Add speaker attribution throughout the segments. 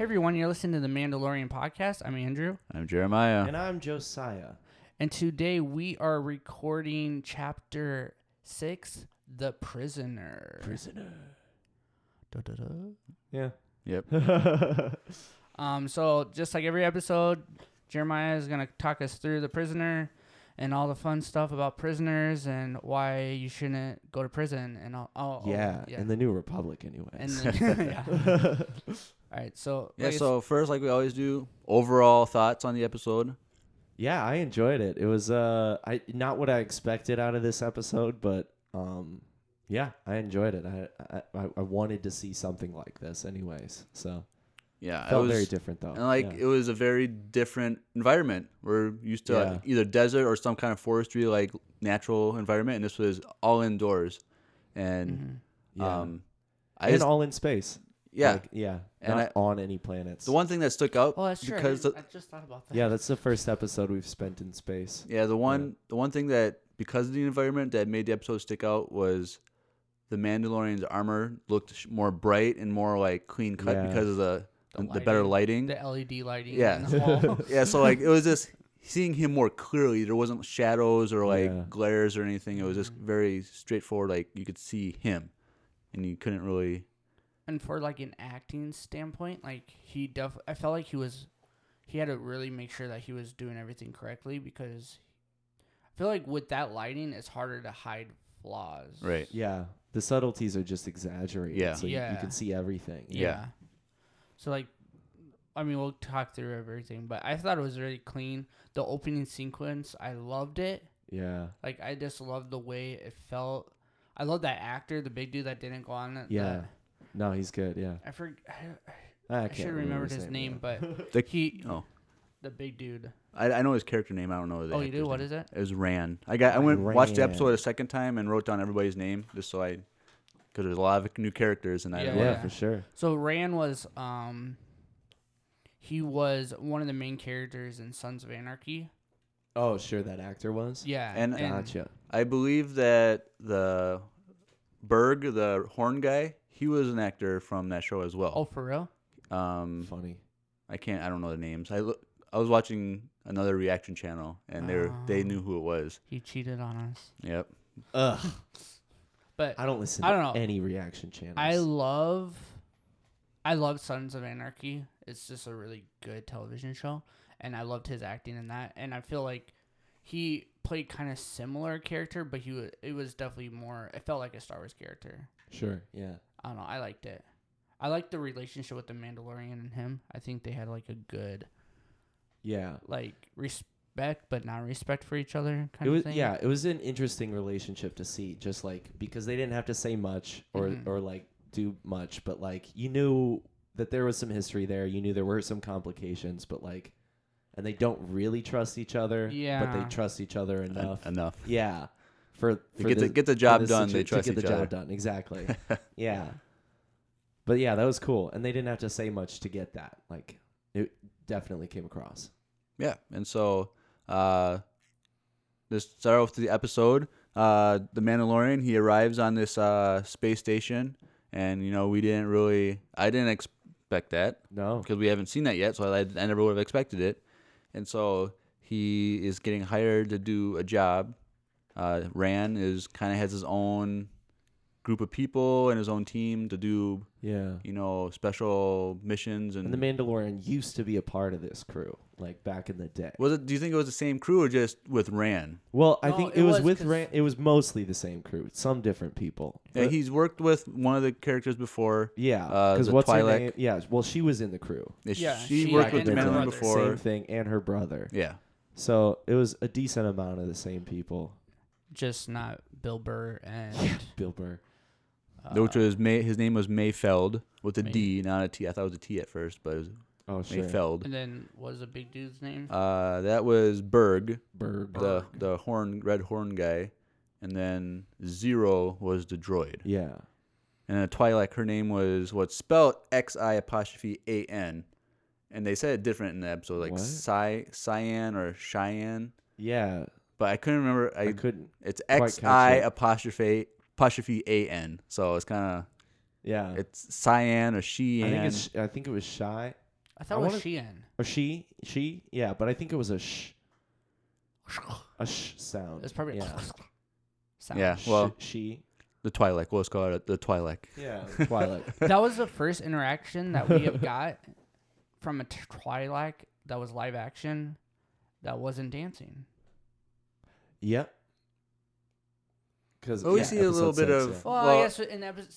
Speaker 1: everyone, you're listening to the Mandalorian podcast. I'm Andrew,
Speaker 2: I'm Jeremiah.
Speaker 3: And I'm Josiah.
Speaker 1: and today we are recording chapter six, The Prisoner.
Speaker 3: Prisoner.
Speaker 1: Da, da, da.
Speaker 3: Yeah.
Speaker 2: Yep. Oh,
Speaker 1: Um, so just like every episode, Jeremiah is gonna talk us through the prisoner and all the fun stuff about prisoners and why you shouldn't go to prison and all. all all-
Speaker 3: yeah,
Speaker 1: yeah.
Speaker 3: in the New Republic, anyway.
Speaker 1: And then- yeah. All right, so
Speaker 2: Yeah.
Speaker 1: like it's-
Speaker 2: So first, like we always do, overall thoughts on the episode.
Speaker 3: yeah, I enjoyed it. It was uh, I not what I expected out of this episode, but um, yeah, I enjoyed it. I I, I- I wanted to see something like this, anyways. So
Speaker 2: Yeah.
Speaker 3: felt
Speaker 2: it was,
Speaker 3: very different though.
Speaker 2: And like
Speaker 3: yeah.
Speaker 2: it was a very different environment. We're used to
Speaker 3: Yeah.
Speaker 2: either desert or some kind of forestry, like natural environment, and this was all indoors. And
Speaker 1: Mhm.
Speaker 3: Mm-hmm. yeah.
Speaker 2: um, I
Speaker 3: and
Speaker 2: just,
Speaker 3: all in space.
Speaker 2: yeah.
Speaker 3: Like, yeah,
Speaker 2: And
Speaker 3: not on any planets.
Speaker 2: the one thing that stuck out
Speaker 1: Oh, that's true. I
Speaker 2: because
Speaker 1: didn't-
Speaker 2: the,
Speaker 1: I, just thought about that.
Speaker 3: yeah, that's the first episode we've spent in space.
Speaker 2: yeah, the one the one thing that because of the environment that made the episode stick out was the Mandalorian's armor looked sh- more bright and more like clean cut
Speaker 3: Yeah.
Speaker 2: because of the the,
Speaker 1: The
Speaker 2: better
Speaker 1: the
Speaker 2: lighting.
Speaker 1: LED lighting.
Speaker 2: Yeah.
Speaker 1: on the wall.
Speaker 2: yeah, so like it was just seeing him more clearly. There wasn't shadows or like
Speaker 3: Yeah.
Speaker 2: glares or anything. It was just
Speaker 1: Mm-hmm.
Speaker 2: very straightforward. Like you could see him, and you couldn't really.
Speaker 1: and for like an acting standpoint, like he def, I felt like he was, he had to really make sure that he was doing everything correctly because I feel like with that lighting, it's harder to hide flaws.
Speaker 2: Right.
Speaker 3: Yeah, the subtleties are just exaggerated.
Speaker 2: Yeah.
Speaker 3: so you- You,
Speaker 1: Yeah.
Speaker 3: can see everything.
Speaker 1: Yeah. So like, I mean, we'll talk through everything, but I thought it was really clean. The opening sequence, I loved it.
Speaker 3: Yeah.
Speaker 1: Like I just loved the way it felt. I love that actor, the big dude that didn't go on. it,
Speaker 3: Yeah.
Speaker 1: that-
Speaker 3: No, he's good. Yeah.
Speaker 1: I forg I,
Speaker 3: I,
Speaker 1: I
Speaker 3: can't
Speaker 1: should have remembered his name, but
Speaker 2: The-
Speaker 1: he,
Speaker 2: Oh,
Speaker 1: the big dude.
Speaker 2: I, I know his character name. I don't know. The
Speaker 1: Oh, you
Speaker 2: actor's
Speaker 1: do. What
Speaker 2: name.
Speaker 1: is it?
Speaker 2: It was Ran. I got. I went watched the
Speaker 3: Ran.
Speaker 2: episode a second time and wrote down everybody's name just so I, because there's a lot of new characters and I.
Speaker 1: Yeah.
Speaker 3: yeah,
Speaker 2: didn't wanna-
Speaker 3: for sure.
Speaker 1: So Ran was um he was one of the main characters in Sons of Anarchy.
Speaker 3: Oh, sure, that actor was.
Speaker 1: Yeah.
Speaker 2: And-
Speaker 3: Gotcha.
Speaker 2: I believe that the Berg, the horn guy, he was an actor from that show as
Speaker 1: Oh,
Speaker 2: well.
Speaker 1: for real?
Speaker 2: Um,
Speaker 3: Funny.
Speaker 2: I can't. I don't know the names. I look. I was watching another reaction channel, and they were, they knew who it was.
Speaker 1: He cheated on us.
Speaker 2: Yep.
Speaker 3: Ugh.
Speaker 1: But
Speaker 3: I don't listen
Speaker 1: I
Speaker 3: I
Speaker 1: don't know.
Speaker 3: don't to any reaction channels.
Speaker 1: I love I love Sons of Anarchy. It's just a really good television show and I loved his acting in that and I feel like he played kind of similar character but he was, it was definitely more it felt like a Star Wars character.
Speaker 3: sure. Yeah.
Speaker 1: I don't know. I liked it. I liked the relationship with the Mandalorian and him. I think they had like a good
Speaker 3: Yeah.
Speaker 1: like respect but not respect for each other kind
Speaker 3: It was
Speaker 1: of thing.
Speaker 3: yeah, it was an interesting relationship to see just like because they didn't have to say much or
Speaker 1: Mhm.
Speaker 3: or like do much, but like you knew that there was some history there, you knew there were some complications, but like and they don't really trust each other, but
Speaker 1: Yeah.
Speaker 3: they trust each other enough.
Speaker 2: En- enough.
Speaker 3: yeah. For,
Speaker 2: To
Speaker 3: for
Speaker 2: get the,
Speaker 3: this-
Speaker 2: get the
Speaker 3: for
Speaker 2: job
Speaker 3: this
Speaker 2: done,
Speaker 3: situa-
Speaker 2: they trust
Speaker 3: to get
Speaker 2: each
Speaker 3: the
Speaker 2: other.
Speaker 3: job done. Exactly. yeah. But yeah, that was cool, and they didn't have to say much to get that. Like it definitely came across.
Speaker 2: Yeah, and so uh, let's start off the episode. Uh, the Mandalorian he arrives on this uh, space station, and you know we didn't really, I didn't expect that
Speaker 3: No.
Speaker 2: because we haven't seen that yet, so I, I never would have expected it. And so he is getting hired to do a job. Uh, Ran is kind of has his own group of people and his own team to do
Speaker 3: Yeah.
Speaker 2: you know special missions and,
Speaker 3: And the Mandalorian used to be a part of this crew, like back in the day.
Speaker 2: was it? Do you think it was the same crew or just with Ran?
Speaker 3: Well, I
Speaker 1: No,
Speaker 3: think
Speaker 1: it
Speaker 3: it, was,
Speaker 1: was
Speaker 3: with
Speaker 1: 'cause-
Speaker 3: Ran. It was mostly the same crew, some different people.
Speaker 2: Yeah,
Speaker 3: But-
Speaker 2: he's worked with one of the characters before.
Speaker 3: yeah,
Speaker 2: uh,
Speaker 3: because
Speaker 2: the
Speaker 3: what's her
Speaker 2: Twi'lek.
Speaker 3: name? Yeah, well, she was in the crew.
Speaker 2: Is-
Speaker 1: Yeah,
Speaker 2: she,
Speaker 1: she
Speaker 2: worked
Speaker 1: and
Speaker 2: with the
Speaker 1: her
Speaker 2: Mandalorian
Speaker 1: brother.
Speaker 2: before.
Speaker 3: Same thing, and her brother.
Speaker 2: Yeah,
Speaker 3: So it was a decent amount of the same people.
Speaker 1: Just not Bill Burr and
Speaker 3: Bill Burr.
Speaker 1: uh,
Speaker 2: which was May. His name was Mayfeld with a D,
Speaker 1: May-
Speaker 2: not a T. I thought it was a T at first, but it was
Speaker 3: Oh, sure.
Speaker 2: Mayfeld.
Speaker 1: and then what was the big dude's name?
Speaker 2: Uh, that was Berg,
Speaker 3: Berg.
Speaker 2: the the horn, red horn guy, and then Zero was the droid.
Speaker 3: Yeah.
Speaker 2: And then Twi'lek, her name was what's spelled X I apostrophe A N, and they said it different in the episode, like
Speaker 3: What?
Speaker 2: Cy, Cyan or Cheyenne.
Speaker 3: Yeah.
Speaker 2: But I couldn't remember.
Speaker 3: I
Speaker 2: I
Speaker 3: couldn't.
Speaker 2: It's
Speaker 3: Quite
Speaker 2: X I
Speaker 3: catchy.
Speaker 2: apostrophe apostrophe A N. So it's kind
Speaker 3: Yeah.
Speaker 2: of it's cyan or
Speaker 3: Oh. I
Speaker 2: she
Speaker 3: think
Speaker 2: and
Speaker 3: it's. I think it was shy.
Speaker 1: I thought
Speaker 3: I
Speaker 1: it was
Speaker 3: wanna-
Speaker 1: Sheehan.
Speaker 3: Or she, she, yeah, but I think it was a sh, a sh sound.
Speaker 1: It's probably
Speaker 3: yeah.
Speaker 1: sound.
Speaker 2: Yeah.
Speaker 3: Sh-
Speaker 2: Well,
Speaker 3: she,
Speaker 2: the Twi'lek. What's called it? the Twi'lek.
Speaker 3: yeah, Twilight.
Speaker 1: that was the first interaction that we have got from a t- Twi'lek that was live action that wasn't dancing.
Speaker 3: yep. Because
Speaker 2: Well, we see a little bit of-
Speaker 1: Well, I
Speaker 2: Well-
Speaker 1: guess in episode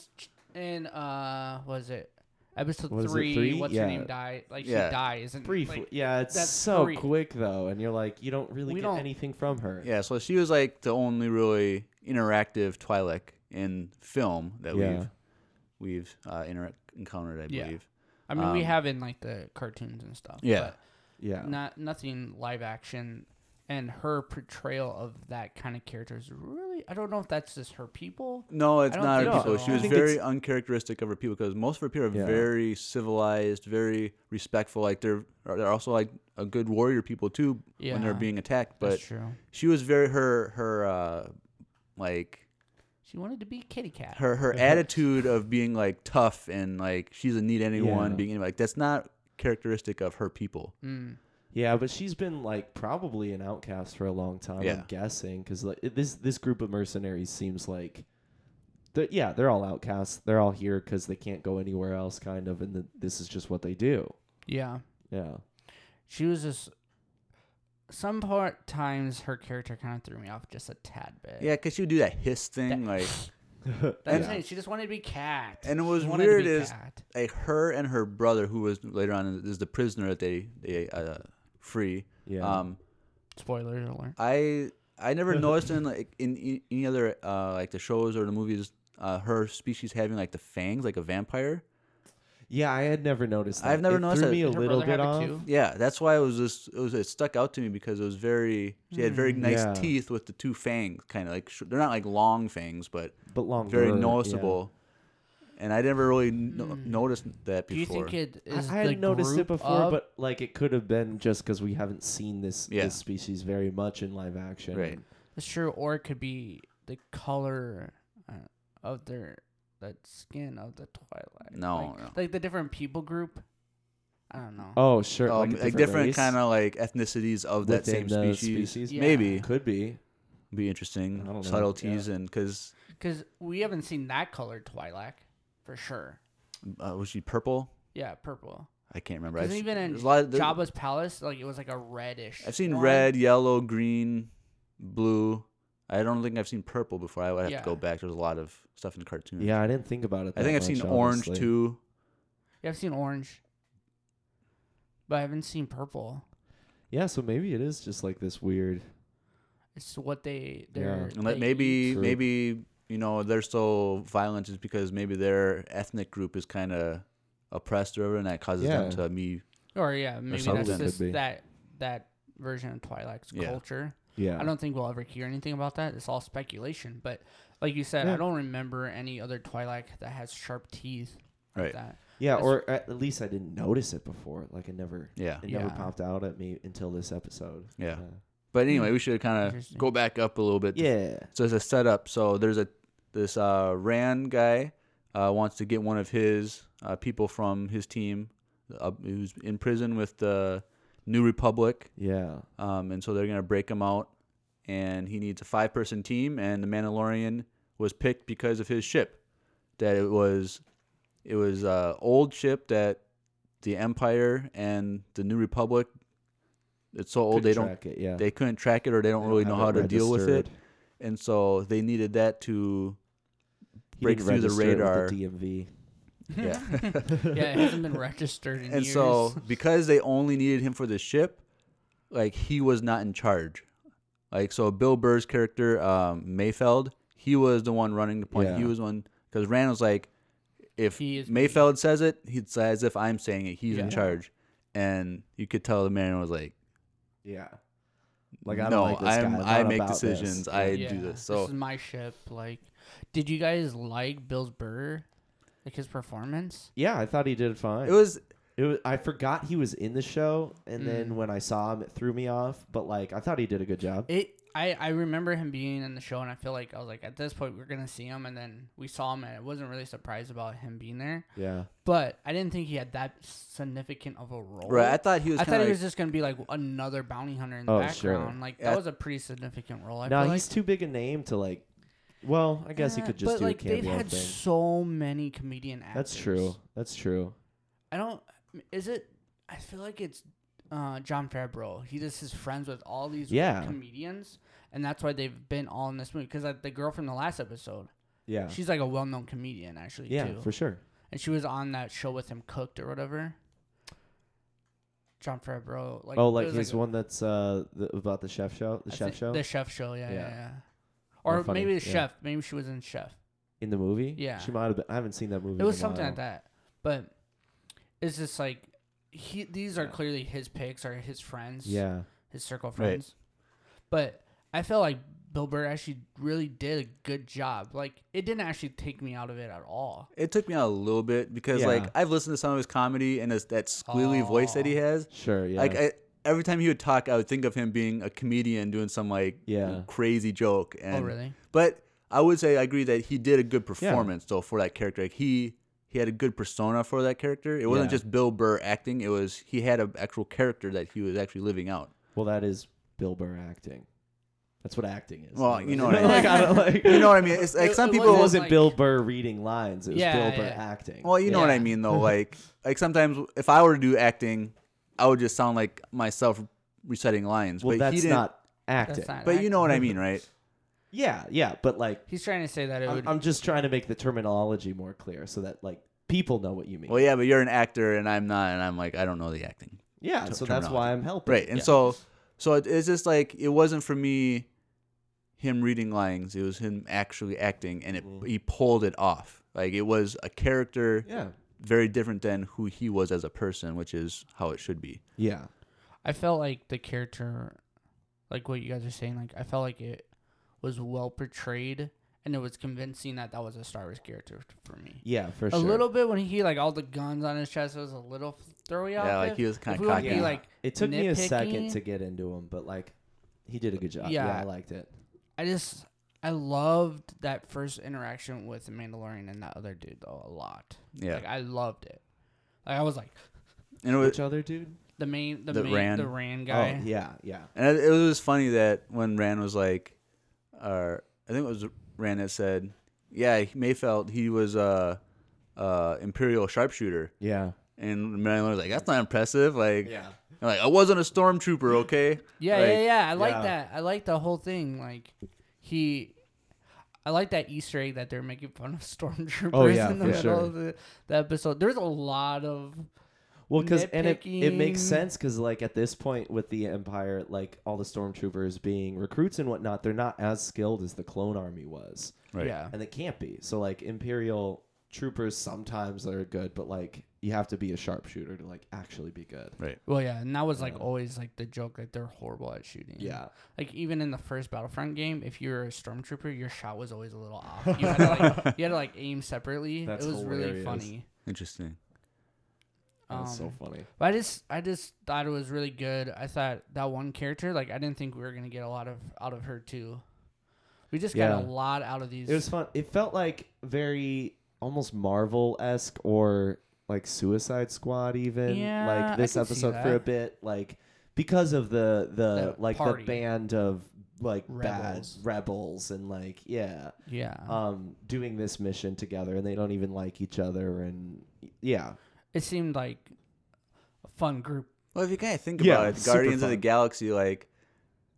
Speaker 1: in uh, what is it episode
Speaker 3: What is it,
Speaker 1: three,
Speaker 3: three?
Speaker 1: What's
Speaker 3: Yeah.
Speaker 1: her name? Die like
Speaker 2: Yeah.
Speaker 1: she dies and
Speaker 3: briefly.
Speaker 1: like,
Speaker 3: yeah, it's
Speaker 1: that's
Speaker 3: so
Speaker 1: three.
Speaker 3: quick though, and you're like, you don't really
Speaker 1: We
Speaker 3: get
Speaker 1: don't-
Speaker 3: anything from her.
Speaker 2: Yeah. So she was like the only really interactive Twi'lek in film that
Speaker 3: Yeah.
Speaker 2: we've we've uh, inter- encountered. I
Speaker 1: Yeah.
Speaker 2: believe.
Speaker 1: I mean, we
Speaker 2: Um,
Speaker 1: have in like the cartoons and stuff.
Speaker 2: Yeah.
Speaker 3: yeah.
Speaker 1: but not nothing live action. And her portrayal of that kind of character is really, I don't know if that's just her people.
Speaker 2: No, it's
Speaker 1: don't
Speaker 2: not her
Speaker 1: think
Speaker 2: people.
Speaker 1: so.
Speaker 2: She
Speaker 1: I
Speaker 2: was
Speaker 3: think
Speaker 2: very
Speaker 3: it's-
Speaker 2: uncharacteristic of her people because most of her people are
Speaker 3: Yeah.
Speaker 2: very civilized, very respectful. Like they're they're also like a good warrior people too when
Speaker 1: Yeah.
Speaker 2: they're being attacked. But
Speaker 1: that's true.
Speaker 2: she was very her her uh, like
Speaker 1: She wanted to be kitty cat.
Speaker 2: her her attitude of being like tough and like she doesn't need anyone
Speaker 3: Yeah.
Speaker 2: being like that's not characteristic of her people.
Speaker 1: Mm.
Speaker 3: Yeah, but she's been like probably an outcast for a long time.
Speaker 2: Yeah.
Speaker 3: I'm guessing because like it- this this group of mercenaries seems like, they yeah, they're all outcasts. They're all here because they can't go anywhere else, kind of, and th this is just what they do.
Speaker 1: Yeah.
Speaker 3: Yeah,
Speaker 1: she was just some part times her character kind of threw me off just a tad bit.
Speaker 2: Yeah, because she would do that hiss thing like
Speaker 1: that's
Speaker 2: and-
Speaker 1: the thing. She just wanted to be cat.
Speaker 2: and what was
Speaker 1: She wanted to
Speaker 2: weird
Speaker 1: be
Speaker 2: is-
Speaker 1: cat.
Speaker 2: like her and her brother who was later on is the prisoner that they they uh, free.
Speaker 3: yeah.
Speaker 2: Um,
Speaker 1: spoiler alert.
Speaker 2: I I never noticed in like in, in any other uh, like the shows or the movies uh, her species having like the fangs like a vampire.
Speaker 3: yeah, I had never noticed. That.
Speaker 2: I've never
Speaker 3: It
Speaker 2: noticed
Speaker 3: threw
Speaker 2: that.
Speaker 3: me a
Speaker 1: Did her
Speaker 3: little
Speaker 1: brother
Speaker 3: bit
Speaker 1: have it too?
Speaker 3: off.
Speaker 2: Yeah, that's why it was just it was it stuck out to me because it was very she had very nice
Speaker 3: Yeah.
Speaker 2: teeth with the two fangs kind of like sh- they're not like long fangs but
Speaker 3: but long.
Speaker 2: very
Speaker 3: blur, yeah.
Speaker 2: noticeable. And I never really no- noticed that
Speaker 1: Do you
Speaker 2: before.
Speaker 1: think it
Speaker 3: I,
Speaker 1: is?
Speaker 3: I
Speaker 1: the
Speaker 3: had noticed
Speaker 1: group
Speaker 3: it before,
Speaker 1: of-
Speaker 3: but like it could have been just because we haven't seen this
Speaker 2: Yeah.
Speaker 3: this species very much in live action.
Speaker 2: Right.
Speaker 1: It's true, or it could be the color uh, of their that skin of the Twilight.
Speaker 2: No,
Speaker 1: like,
Speaker 2: no.
Speaker 1: like the different people group. I don't know.
Speaker 3: Oh, sure.
Speaker 2: Oh,
Speaker 3: like, a
Speaker 2: like
Speaker 3: different,
Speaker 2: different kind of like ethnicities of that same
Speaker 3: Within the
Speaker 2: species,
Speaker 3: species?
Speaker 1: Yeah.
Speaker 2: maybe
Speaker 3: could be.
Speaker 2: be
Speaker 3: I
Speaker 2: interesting
Speaker 3: don't know,
Speaker 2: subtleties and because
Speaker 1: Because we haven't seen that colored Twilight for sure.
Speaker 2: uh, was she purple?
Speaker 1: Yeah, purple.
Speaker 2: I can't remember.
Speaker 1: Because
Speaker 2: I've-
Speaker 1: even in
Speaker 2: there's a lot of- there-
Speaker 1: Jabba's palace, like it was like a reddish.
Speaker 2: I've seen
Speaker 1: one.
Speaker 2: red, yellow, green, blue. I don't think I've seen purple before. I would have
Speaker 1: Yeah.
Speaker 2: to go back. There's a lot of stuff in cartoons.
Speaker 3: Yeah, I didn't think about it.
Speaker 2: I think I've
Speaker 3: that
Speaker 2: seen
Speaker 3: much,
Speaker 2: orange
Speaker 3: honestly.
Speaker 2: too.
Speaker 1: Yeah, I've seen orange, but I haven't seen purple.
Speaker 3: Yeah, so maybe it is just like this weird.
Speaker 1: It's what they
Speaker 3: Yeah.
Speaker 1: they're.
Speaker 2: And like
Speaker 1: they
Speaker 2: maybe
Speaker 1: eat.
Speaker 3: True.
Speaker 2: maybe you know they're so violent is because maybe their ethnic group is kind of oppressed or whatever, and that causes them
Speaker 3: Yeah.
Speaker 2: to be
Speaker 1: or yeah, maybe
Speaker 2: something.
Speaker 1: that's
Speaker 2: Could
Speaker 1: just
Speaker 3: be.
Speaker 1: that that version of Twilight's
Speaker 2: Yeah.
Speaker 1: culture.
Speaker 3: Yeah.
Speaker 1: I don't think we'll ever hear anything about that. It's all speculation. But like you said,
Speaker 3: Yeah.
Speaker 1: I don't remember any other Twilight that has sharp teeth
Speaker 2: right.
Speaker 1: like that.
Speaker 3: yeah,
Speaker 1: that's-
Speaker 3: or at least I didn't notice it before. Like it never,
Speaker 2: Yeah,
Speaker 3: it never
Speaker 1: Yeah.
Speaker 3: popped out at me until this episode.
Speaker 2: Yeah.
Speaker 3: Uh,
Speaker 2: but anyway, we should kind of
Speaker 1: Interesting.
Speaker 2: go back up a little bit. to
Speaker 3: yeah.
Speaker 2: So it's a setup. So there's a this uh, Ran guy uh, wants to get one of his uh, people from his team uh, who's in prison with the New Republic,
Speaker 3: Yeah.
Speaker 2: um, and so they're gonna break him out. And he needs a five person team, and the Mandalorian was picked because of his ship. That it was it was a old ship that the Empire and the New Republic. It's so old
Speaker 3: Could
Speaker 2: they don't
Speaker 3: track it, yeah.
Speaker 2: they couldn't track it or they don't
Speaker 3: They
Speaker 2: really
Speaker 3: don't
Speaker 2: know
Speaker 3: have
Speaker 2: how to deal with it
Speaker 3: registered.
Speaker 2: and so they needed that to
Speaker 3: He
Speaker 2: break
Speaker 3: didn't
Speaker 2: through the
Speaker 3: register it with
Speaker 2: radar.
Speaker 3: DMV.
Speaker 2: yeah
Speaker 1: Yeah, it hasn't been registered in
Speaker 2: and
Speaker 1: years.
Speaker 2: so because they only needed him for the ship like he was not in charge like so bill burr's character um, mayfeld he was the one running the point he
Speaker 3: Yeah.
Speaker 2: was the one because rand was like if
Speaker 1: He is me.
Speaker 2: mayfeld says it he'd say as if i'm saying it he's in
Speaker 1: Yeah.
Speaker 2: charge and you could tell the man was like
Speaker 3: Yeah. Like I don't
Speaker 2: no
Speaker 3: like this
Speaker 2: I'm,
Speaker 3: guy. I'm
Speaker 2: i
Speaker 3: not
Speaker 2: make
Speaker 3: about this."
Speaker 2: decisions i
Speaker 1: Yeah,
Speaker 2: do this so
Speaker 1: is my ship. Like, did you guys like Bill's Burr? Like his performance?
Speaker 3: Yeah, I thought he did fine.
Speaker 2: it was
Speaker 3: It was, I forgot he was in the show, and then when I saw him, it threw me off. But like, I thought he did a good job.
Speaker 1: Mm. It I, I remember him being in the show, and I feel like I was like, at this point, we're going to see him. And then we saw him, and I wasn't really surprised about him being there.
Speaker 3: Yeah.
Speaker 1: But I didn't think he had that significant of a role.
Speaker 2: Right. I thought he was.
Speaker 1: I
Speaker 2: kinda
Speaker 1: thought he
Speaker 2: like-
Speaker 1: was just going to be like another bounty hunter in the
Speaker 3: Oh, sure.
Speaker 1: background. Like, that
Speaker 2: Yeah.
Speaker 1: was a pretty significant role. I
Speaker 3: Now
Speaker 1: feel
Speaker 3: he's
Speaker 1: like.
Speaker 3: too big a name to like. Well, I guess he
Speaker 1: Eh,
Speaker 3: could just
Speaker 1: but
Speaker 3: do
Speaker 1: like
Speaker 3: a cameo
Speaker 1: they've had
Speaker 3: thing.
Speaker 1: so many comedian actors.
Speaker 3: That's true. That's true.
Speaker 1: I don't. Is it? I feel like it's uh, John Favreau. He just is friends with all these
Speaker 3: Yeah.
Speaker 1: comedians, and that's why they've been all in this movie. Because like, the girl from the last episode,
Speaker 3: Yeah.
Speaker 1: she's like a well-known comedian actually
Speaker 3: yeah,
Speaker 1: too,
Speaker 3: for sure.
Speaker 1: and she was on that show with him, Cooked or whatever. John Favreau, like
Speaker 3: oh,
Speaker 1: it
Speaker 3: like
Speaker 1: was,
Speaker 3: his
Speaker 1: a-
Speaker 3: one that's uh the, about the chef show, the
Speaker 1: I
Speaker 3: chef
Speaker 1: think-
Speaker 3: show
Speaker 1: the chef show, yeah, yeah,
Speaker 3: Yeah.
Speaker 1: yeah.
Speaker 3: Or
Speaker 1: or
Speaker 3: funny,
Speaker 1: maybe the
Speaker 3: yeah.
Speaker 1: chef. Maybe she was in Chef.
Speaker 3: in the movie.
Speaker 1: Yeah.
Speaker 3: she might have. Been, I haven't seen that movie.
Speaker 1: It was
Speaker 3: in a
Speaker 1: something
Speaker 3: while.
Speaker 1: like that. But it's just like he these are
Speaker 3: Yeah.
Speaker 1: clearly his picks or his friends.
Speaker 3: Yeah,
Speaker 1: His circle of
Speaker 2: Right.
Speaker 1: friends. But I felt like Bill Burr actually really did a good job. Like it didn't actually take me out of it at all.
Speaker 2: It took me out a little bit because
Speaker 3: Yeah.
Speaker 2: like I've listened to some of his comedy and his, that squealy voice that he has.
Speaker 3: sure. Yeah,
Speaker 2: Like I, every time he would talk, I would think of him being a comedian doing some like
Speaker 3: Yeah.
Speaker 2: crazy joke. And,
Speaker 1: oh really?
Speaker 2: But I would say I agree that he did a good performance though for that character. Like he he had a good persona for that character. It wasn't
Speaker 3: Yeah.
Speaker 2: just Bill Burr acting. It was he had an actual character that he was actually living out.
Speaker 3: well, that is Bill Burr acting. That's what acting is.
Speaker 2: Well, you know what I
Speaker 3: like,
Speaker 1: mean.
Speaker 3: I don't like.
Speaker 2: You know what I mean? It's like
Speaker 1: It- it
Speaker 2: some people
Speaker 3: It
Speaker 1: Well,
Speaker 3: wasn't
Speaker 1: like-
Speaker 3: Bill Burr reading lines. It was
Speaker 1: Yeah,
Speaker 3: Bill Burr
Speaker 1: yeah.
Speaker 3: acting.
Speaker 2: Well, you know what I
Speaker 1: Yeah.
Speaker 2: mean though. Like like sometimes if I were to do acting, I would just sound like myself reciting lines.
Speaker 3: well,
Speaker 2: but he
Speaker 3: that's
Speaker 2: didn't.
Speaker 3: not acting.
Speaker 1: That's not
Speaker 2: but you know what I
Speaker 1: acting.
Speaker 2: mean, right?
Speaker 3: Yeah, yeah, but like,
Speaker 1: He's trying to say that it
Speaker 3: I'm,
Speaker 1: would
Speaker 3: I'm just trying to make the terminology more clear so that like people know what you mean.
Speaker 2: Well, yeah, but you're an actor and I'm not, and I'm like I don't know the acting.
Speaker 3: yeah,
Speaker 2: ter-
Speaker 3: so that's why I'm helping.
Speaker 2: Right. And
Speaker 3: Yeah.
Speaker 2: so so it, it's just like it wasn't for me him reading lines. It was him actually acting and it he pulled it off. Like it was a character
Speaker 3: yeah,
Speaker 2: very different than who he was as a person, which is how it should be.
Speaker 3: yeah,
Speaker 1: I felt like the character, like what you guys are saying, like I felt like it was well portrayed and it was convincing that that was a Star Wars character for me.
Speaker 3: yeah, for
Speaker 1: a
Speaker 3: sure.
Speaker 1: little bit when he like all the guns on his chest it was a little throwy out.
Speaker 2: Yeah, like
Speaker 1: there.
Speaker 2: he was kinda
Speaker 1: If we wanna
Speaker 2: cocky.
Speaker 1: Be like,
Speaker 3: it took me a second
Speaker 1: nitpicky.
Speaker 3: to get into him, but like, he did a good job.
Speaker 1: Yeah.
Speaker 3: Yeah, I liked it.
Speaker 1: I just I loved that first interaction with the Mandalorian and that other dude though a lot.
Speaker 2: Yeah.
Speaker 1: like I loved it. Like I was like
Speaker 2: and it was,
Speaker 3: Which other dude?
Speaker 1: the main the,
Speaker 2: The
Speaker 1: main
Speaker 2: Ran.
Speaker 1: the Ran guy.
Speaker 3: Oh, yeah, yeah.
Speaker 2: And it, it was funny that when Rand was like, or I think it was Rand that said, yeah, Mayfeld, he was a, a Imperial sharpshooter.
Speaker 3: Yeah.
Speaker 2: And Mandalorian was like, that's not impressive. Like,
Speaker 3: Yeah.
Speaker 2: I'm like I wasn't a stormtrooper, okay?
Speaker 1: Yeah,
Speaker 2: Like,
Speaker 1: yeah, yeah. I like
Speaker 3: yeah.
Speaker 1: that. I like the whole thing. Like he, I like that Easter egg that they're making fun of stormtroopers
Speaker 3: Oh, yeah,
Speaker 1: in the
Speaker 3: for
Speaker 1: middle
Speaker 3: sure.
Speaker 1: of the, the episode. There's a lot of
Speaker 3: Well, because and it, it
Speaker 1: Nitpicking.
Speaker 3: makes sense because like at this point with the Empire, like all the stormtroopers being recruits and whatnot, they're not as skilled as the clone army was,
Speaker 2: Right.
Speaker 1: yeah.
Speaker 3: and they can't be. So like Imperial troopers sometimes are good, but like you have to be a sharpshooter to like actually be good.
Speaker 1: Well, yeah, and that was like
Speaker 3: Yeah.
Speaker 1: always like the joke that they're horrible at shooting.
Speaker 3: Yeah,
Speaker 1: Like even in the first Battlefront game, if you were a stormtrooper, your shot was always a little off. You had to like, you had to, like aim separately.
Speaker 3: That's
Speaker 1: it was really
Speaker 3: hilarious.
Speaker 1: funny.
Speaker 2: Interesting.
Speaker 3: that's so
Speaker 1: Um,
Speaker 3: funny.
Speaker 1: But I just I just thought it was really good. I thought that one character, like I didn't think we were gonna get a lot of out of her too. We just got a
Speaker 3: Yeah.
Speaker 1: lot out of these.
Speaker 3: It was fun. It felt like very almost Marvel esque or like Suicide Squad even
Speaker 1: Yeah, I
Speaker 3: like this
Speaker 1: can see
Speaker 3: episode for a
Speaker 1: that.
Speaker 3: bit like because of the the,
Speaker 1: The
Speaker 3: like
Speaker 1: party.
Speaker 3: the band of like
Speaker 1: Rebels.
Speaker 3: bad rebels and like yeah
Speaker 1: yeah.
Speaker 2: uh,
Speaker 3: um doing this mission together and they don't even like each other and yeah
Speaker 1: it seemed like a fun group.
Speaker 2: Well, if you kind of think
Speaker 3: Yeah,
Speaker 2: about it,
Speaker 3: it's super
Speaker 2: Guardians of the
Speaker 3: fun.
Speaker 2: Galaxy, like,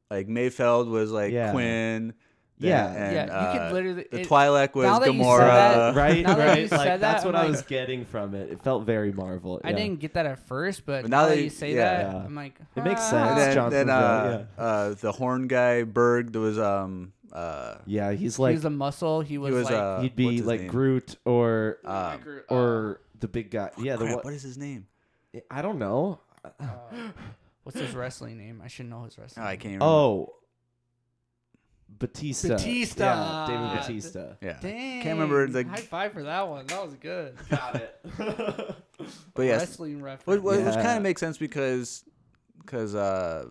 Speaker 2: like Mayfeld was like
Speaker 3: Yeah.
Speaker 2: Quinn. then-
Speaker 3: Yeah.
Speaker 2: and,
Speaker 1: yeah, you
Speaker 2: uh,
Speaker 1: could literally
Speaker 2: The
Speaker 1: it-
Speaker 2: Twi'lek was
Speaker 1: now that you said
Speaker 2: Gamora.
Speaker 1: that,
Speaker 3: right
Speaker 1: Now that you
Speaker 3: right
Speaker 1: said
Speaker 3: like
Speaker 1: that,
Speaker 3: that's what
Speaker 1: I'm
Speaker 3: I
Speaker 1: like-
Speaker 3: was getting from it it felt very Marvel
Speaker 1: I
Speaker 3: yeah.
Speaker 1: didn't get that at first, but
Speaker 2: But now
Speaker 1: now
Speaker 2: that
Speaker 1: that
Speaker 2: you-
Speaker 1: you say
Speaker 2: yeah.
Speaker 1: that,
Speaker 3: Yeah.
Speaker 1: I'm like
Speaker 3: It makes
Speaker 1: ah.
Speaker 3: sense.
Speaker 2: And then,
Speaker 3: John
Speaker 2: then
Speaker 3: Favreau,
Speaker 2: uh, uh, the horn guy Berg. There was um uh,
Speaker 3: yeah he's
Speaker 1: he
Speaker 3: like
Speaker 1: was a muscle. He was,
Speaker 2: he was
Speaker 1: like
Speaker 2: uh,
Speaker 3: he'd
Speaker 2: what's
Speaker 3: be
Speaker 2: his
Speaker 3: like
Speaker 2: name?
Speaker 3: Groot or
Speaker 2: uh,
Speaker 3: or the big guy yeah the
Speaker 2: Crap,
Speaker 3: one
Speaker 2: what is his name?
Speaker 3: I don't know.
Speaker 1: Uh,
Speaker 3: uh,
Speaker 1: what's his wrestling name? I should know his
Speaker 2: Oh,
Speaker 1: wrestling.
Speaker 2: I
Speaker 1: name.
Speaker 2: can't. Remember.
Speaker 3: Oh, Batista.
Speaker 1: Batista.
Speaker 3: Yeah, David
Speaker 1: Yeah.
Speaker 3: Batista.
Speaker 2: yeah,
Speaker 1: Dang,
Speaker 2: uh, can't remember the.
Speaker 1: high five for that one. That was good.
Speaker 3: Got it.
Speaker 2: But yes,
Speaker 1: wrestling reference.
Speaker 2: what, what, which
Speaker 3: Yeah.
Speaker 2: kind of makes sense because because uh,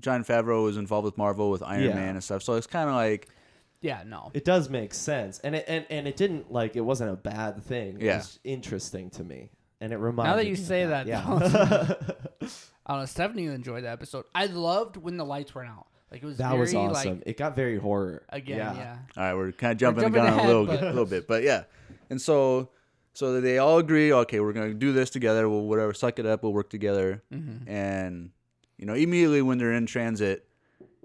Speaker 2: John Favreau was involved with Marvel with Iron
Speaker 3: Yeah.
Speaker 2: Man and stuff, so it's kind of like
Speaker 1: Yeah, no.
Speaker 3: It does make sense, and it and, and it didn't like it wasn't a bad thing.
Speaker 2: Yeah.
Speaker 3: it was interesting to me, and it reminded.
Speaker 1: Now that you
Speaker 3: me
Speaker 1: say
Speaker 3: of
Speaker 1: that,
Speaker 3: yeah,
Speaker 1: I don't know. Stephanie enjoyed that episode. I loved when the lights went out. Like it was
Speaker 3: that
Speaker 1: very,
Speaker 3: was awesome.
Speaker 1: Like,
Speaker 3: it got very horror
Speaker 1: again, yeah.
Speaker 2: all right, we're kind of jumping,
Speaker 1: jumping
Speaker 2: the gun
Speaker 1: ahead,
Speaker 2: a little
Speaker 1: but-
Speaker 2: a little bit, but yeah, and so so that they all agree, okay, we're gonna do this together. We'll whatever, suck it up. We'll work together,
Speaker 3: Mm-hmm.
Speaker 2: and you know, immediately when they're in transit,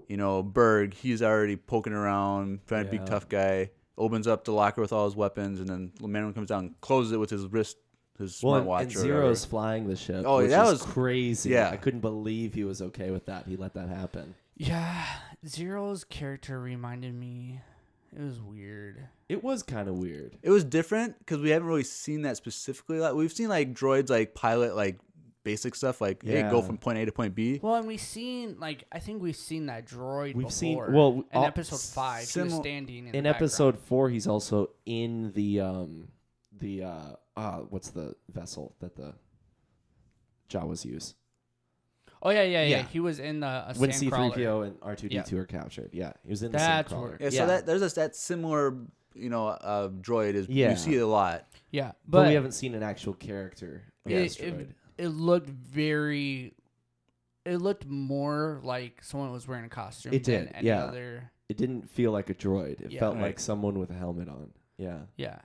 Speaker 2: you know, Berg, he's already poking around, trying to
Speaker 3: Yeah.
Speaker 2: be tough guy. Opens up the locker with all his weapons, and then Mandarin comes down, and closes it with his wrist, his
Speaker 3: Well, and,
Speaker 2: smartwatch.
Speaker 3: and
Speaker 2: or
Speaker 3: Zero's
Speaker 2: whatever.
Speaker 3: flying the ship.
Speaker 2: Oh,
Speaker 3: which
Speaker 2: that
Speaker 3: is
Speaker 2: was-
Speaker 3: crazy.
Speaker 2: yeah.
Speaker 3: I couldn't believe he was okay with that. He let that happen.
Speaker 1: Yeah, Zero's character reminded me. It was weird.
Speaker 3: It was kind of weird.
Speaker 2: It was different because we haven't really seen that specifically. Like we've seen like droids like pilot like basic stuff like hey go
Speaker 3: Yeah.
Speaker 2: from point A to point B.
Speaker 1: Well, and we've seen like I think we've seen that droid.
Speaker 3: We've
Speaker 1: before.
Speaker 3: seen- well,
Speaker 1: in
Speaker 3: all-
Speaker 1: episode five, he was
Speaker 2: simil-
Speaker 1: standing in,
Speaker 3: In
Speaker 1: the background.
Speaker 3: episode four, he's also in the um the uh, uh what's the vessel that the Jawas use?
Speaker 1: Oh yeah, yeah, yeah,
Speaker 3: Yeah.
Speaker 1: He was in the a
Speaker 3: when
Speaker 1: sand
Speaker 3: C
Speaker 1: crawler.
Speaker 3: three PO and R two D two are captured. Yeah, he was in the
Speaker 1: That's
Speaker 3: same crawler.
Speaker 1: where-
Speaker 2: Yeah, so that there's this, that similar you know uh, droid is
Speaker 3: Yeah.
Speaker 2: you see it a lot.
Speaker 1: Yeah,
Speaker 3: but,
Speaker 1: but,
Speaker 3: we haven't seen an actual character. of
Speaker 1: Yeah.
Speaker 3: this
Speaker 1: It- it-
Speaker 3: droid.
Speaker 1: it looked very. It looked more like someone was wearing a costume.
Speaker 3: It
Speaker 1: than
Speaker 3: did,
Speaker 1: any
Speaker 3: yeah.
Speaker 1: Other,
Speaker 3: It didn't feel like a droid. It
Speaker 1: Yeah.
Speaker 3: felt
Speaker 2: Right.
Speaker 3: like someone with a helmet on. Yeah,
Speaker 1: yeah.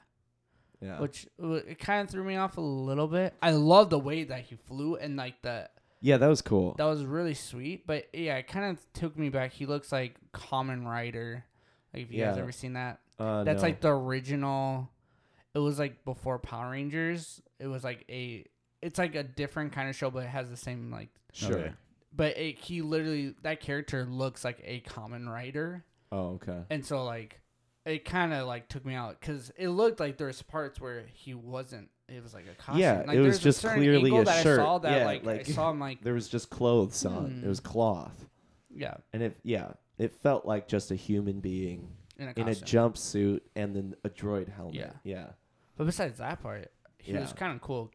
Speaker 3: yeah.
Speaker 1: which uh, it kind of threw me off a little bit. I love the way that he flew and like the
Speaker 3: yeah, that was cool.
Speaker 1: that was really sweet, but yeah, it kind of took me back. He looks like Common Rider. Like if you guys
Speaker 3: Yeah.
Speaker 1: ever seen that,
Speaker 3: Uh,
Speaker 1: that's
Speaker 3: no.
Speaker 1: like the original. It was like before Power Rangers. It was like a. It's like a different kind of show, but it has the same like.
Speaker 3: sure.
Speaker 2: Okay.
Speaker 1: But it, he literally that character looks like a Common Rider.
Speaker 3: Oh, okay.
Speaker 1: And so like it kind of like took me out because it looked like there was parts where he wasn't. It was like a costume.
Speaker 3: Yeah,
Speaker 1: like,
Speaker 3: it
Speaker 1: there's
Speaker 3: was just
Speaker 1: certain
Speaker 3: clearly
Speaker 1: angle
Speaker 3: a
Speaker 1: that
Speaker 3: shirt.
Speaker 1: I saw that
Speaker 3: Yeah,
Speaker 1: like,
Speaker 3: like-
Speaker 1: I saw him like
Speaker 3: There was just clothes on.
Speaker 1: Hmm.
Speaker 3: It was cloth,
Speaker 1: yeah
Speaker 3: and it yeah, it felt like just a human being
Speaker 1: in a
Speaker 3: in
Speaker 1: costume.
Speaker 3: a jumpsuit and then a droid helmet.
Speaker 1: Yeah.
Speaker 3: yeah.
Speaker 1: but besides that part, he was
Speaker 3: Yeah.
Speaker 1: kind of cool.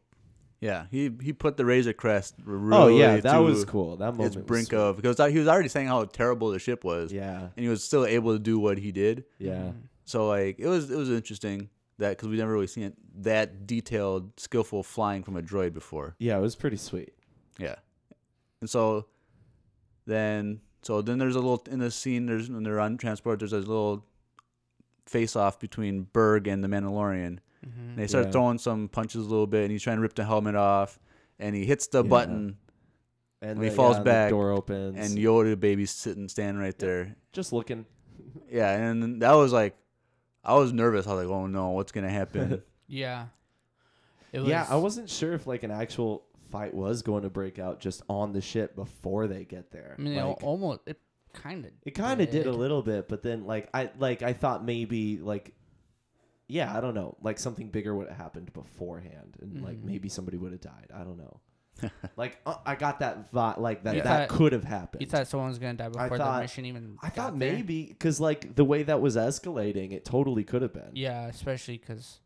Speaker 2: Yeah, he he put the Razor Crest. Really
Speaker 3: Oh yeah, that
Speaker 2: to
Speaker 3: was cool. That moment.
Speaker 2: Its
Speaker 3: was
Speaker 2: brink
Speaker 3: sweet.
Speaker 2: of because he was already saying how terrible the ship was,
Speaker 3: Yeah,
Speaker 2: and he was still able to do what he did.
Speaker 3: yeah.
Speaker 1: Hmm.
Speaker 2: So like it was it was interesting that because we never really seen it that detailed, skillful flying from a droid before.
Speaker 3: Yeah, it was pretty sweet.
Speaker 2: Yeah. And so then so then there's a little in the scene there's when they're on transport there's a little face off between Berg and the Mandalorian.
Speaker 1: Mm-hmm.
Speaker 2: And they start
Speaker 3: Yeah.
Speaker 2: throwing some punches a little bit and he's trying to rip the helmet off and he hits the
Speaker 3: Yeah.
Speaker 2: button
Speaker 3: And
Speaker 2: When he
Speaker 3: the-
Speaker 2: falls
Speaker 3: yeah,
Speaker 2: back
Speaker 3: The door opens.
Speaker 2: and Yoda baby's sitting standing right there.
Speaker 3: just looking.
Speaker 2: Yeah, and then that was like I was nervous. I was like, "Oh no, what's gonna happen?"
Speaker 1: Yeah, it
Speaker 3: Yeah, I wasn't sure if like an actual fight was going to break out just on the ship before they get there.
Speaker 1: I mean, it
Speaker 3: Like,
Speaker 1: almost it kind of
Speaker 3: it kind of did a little bit, but then like I like I thought maybe like yeah, I don't know, like something bigger would have happened beforehand, and like
Speaker 1: Mhm.
Speaker 3: maybe somebody would have died. I don't know. like uh, I got that vibe, like that
Speaker 1: You
Speaker 3: that
Speaker 1: thought-
Speaker 3: could have happened.
Speaker 1: You thought someone was gonna die before the
Speaker 3: thought-
Speaker 1: mission even.
Speaker 3: I thought
Speaker 1: got there?
Speaker 3: maybe because like the way that was escalating, it totally could have been.
Speaker 1: Yeah, especially because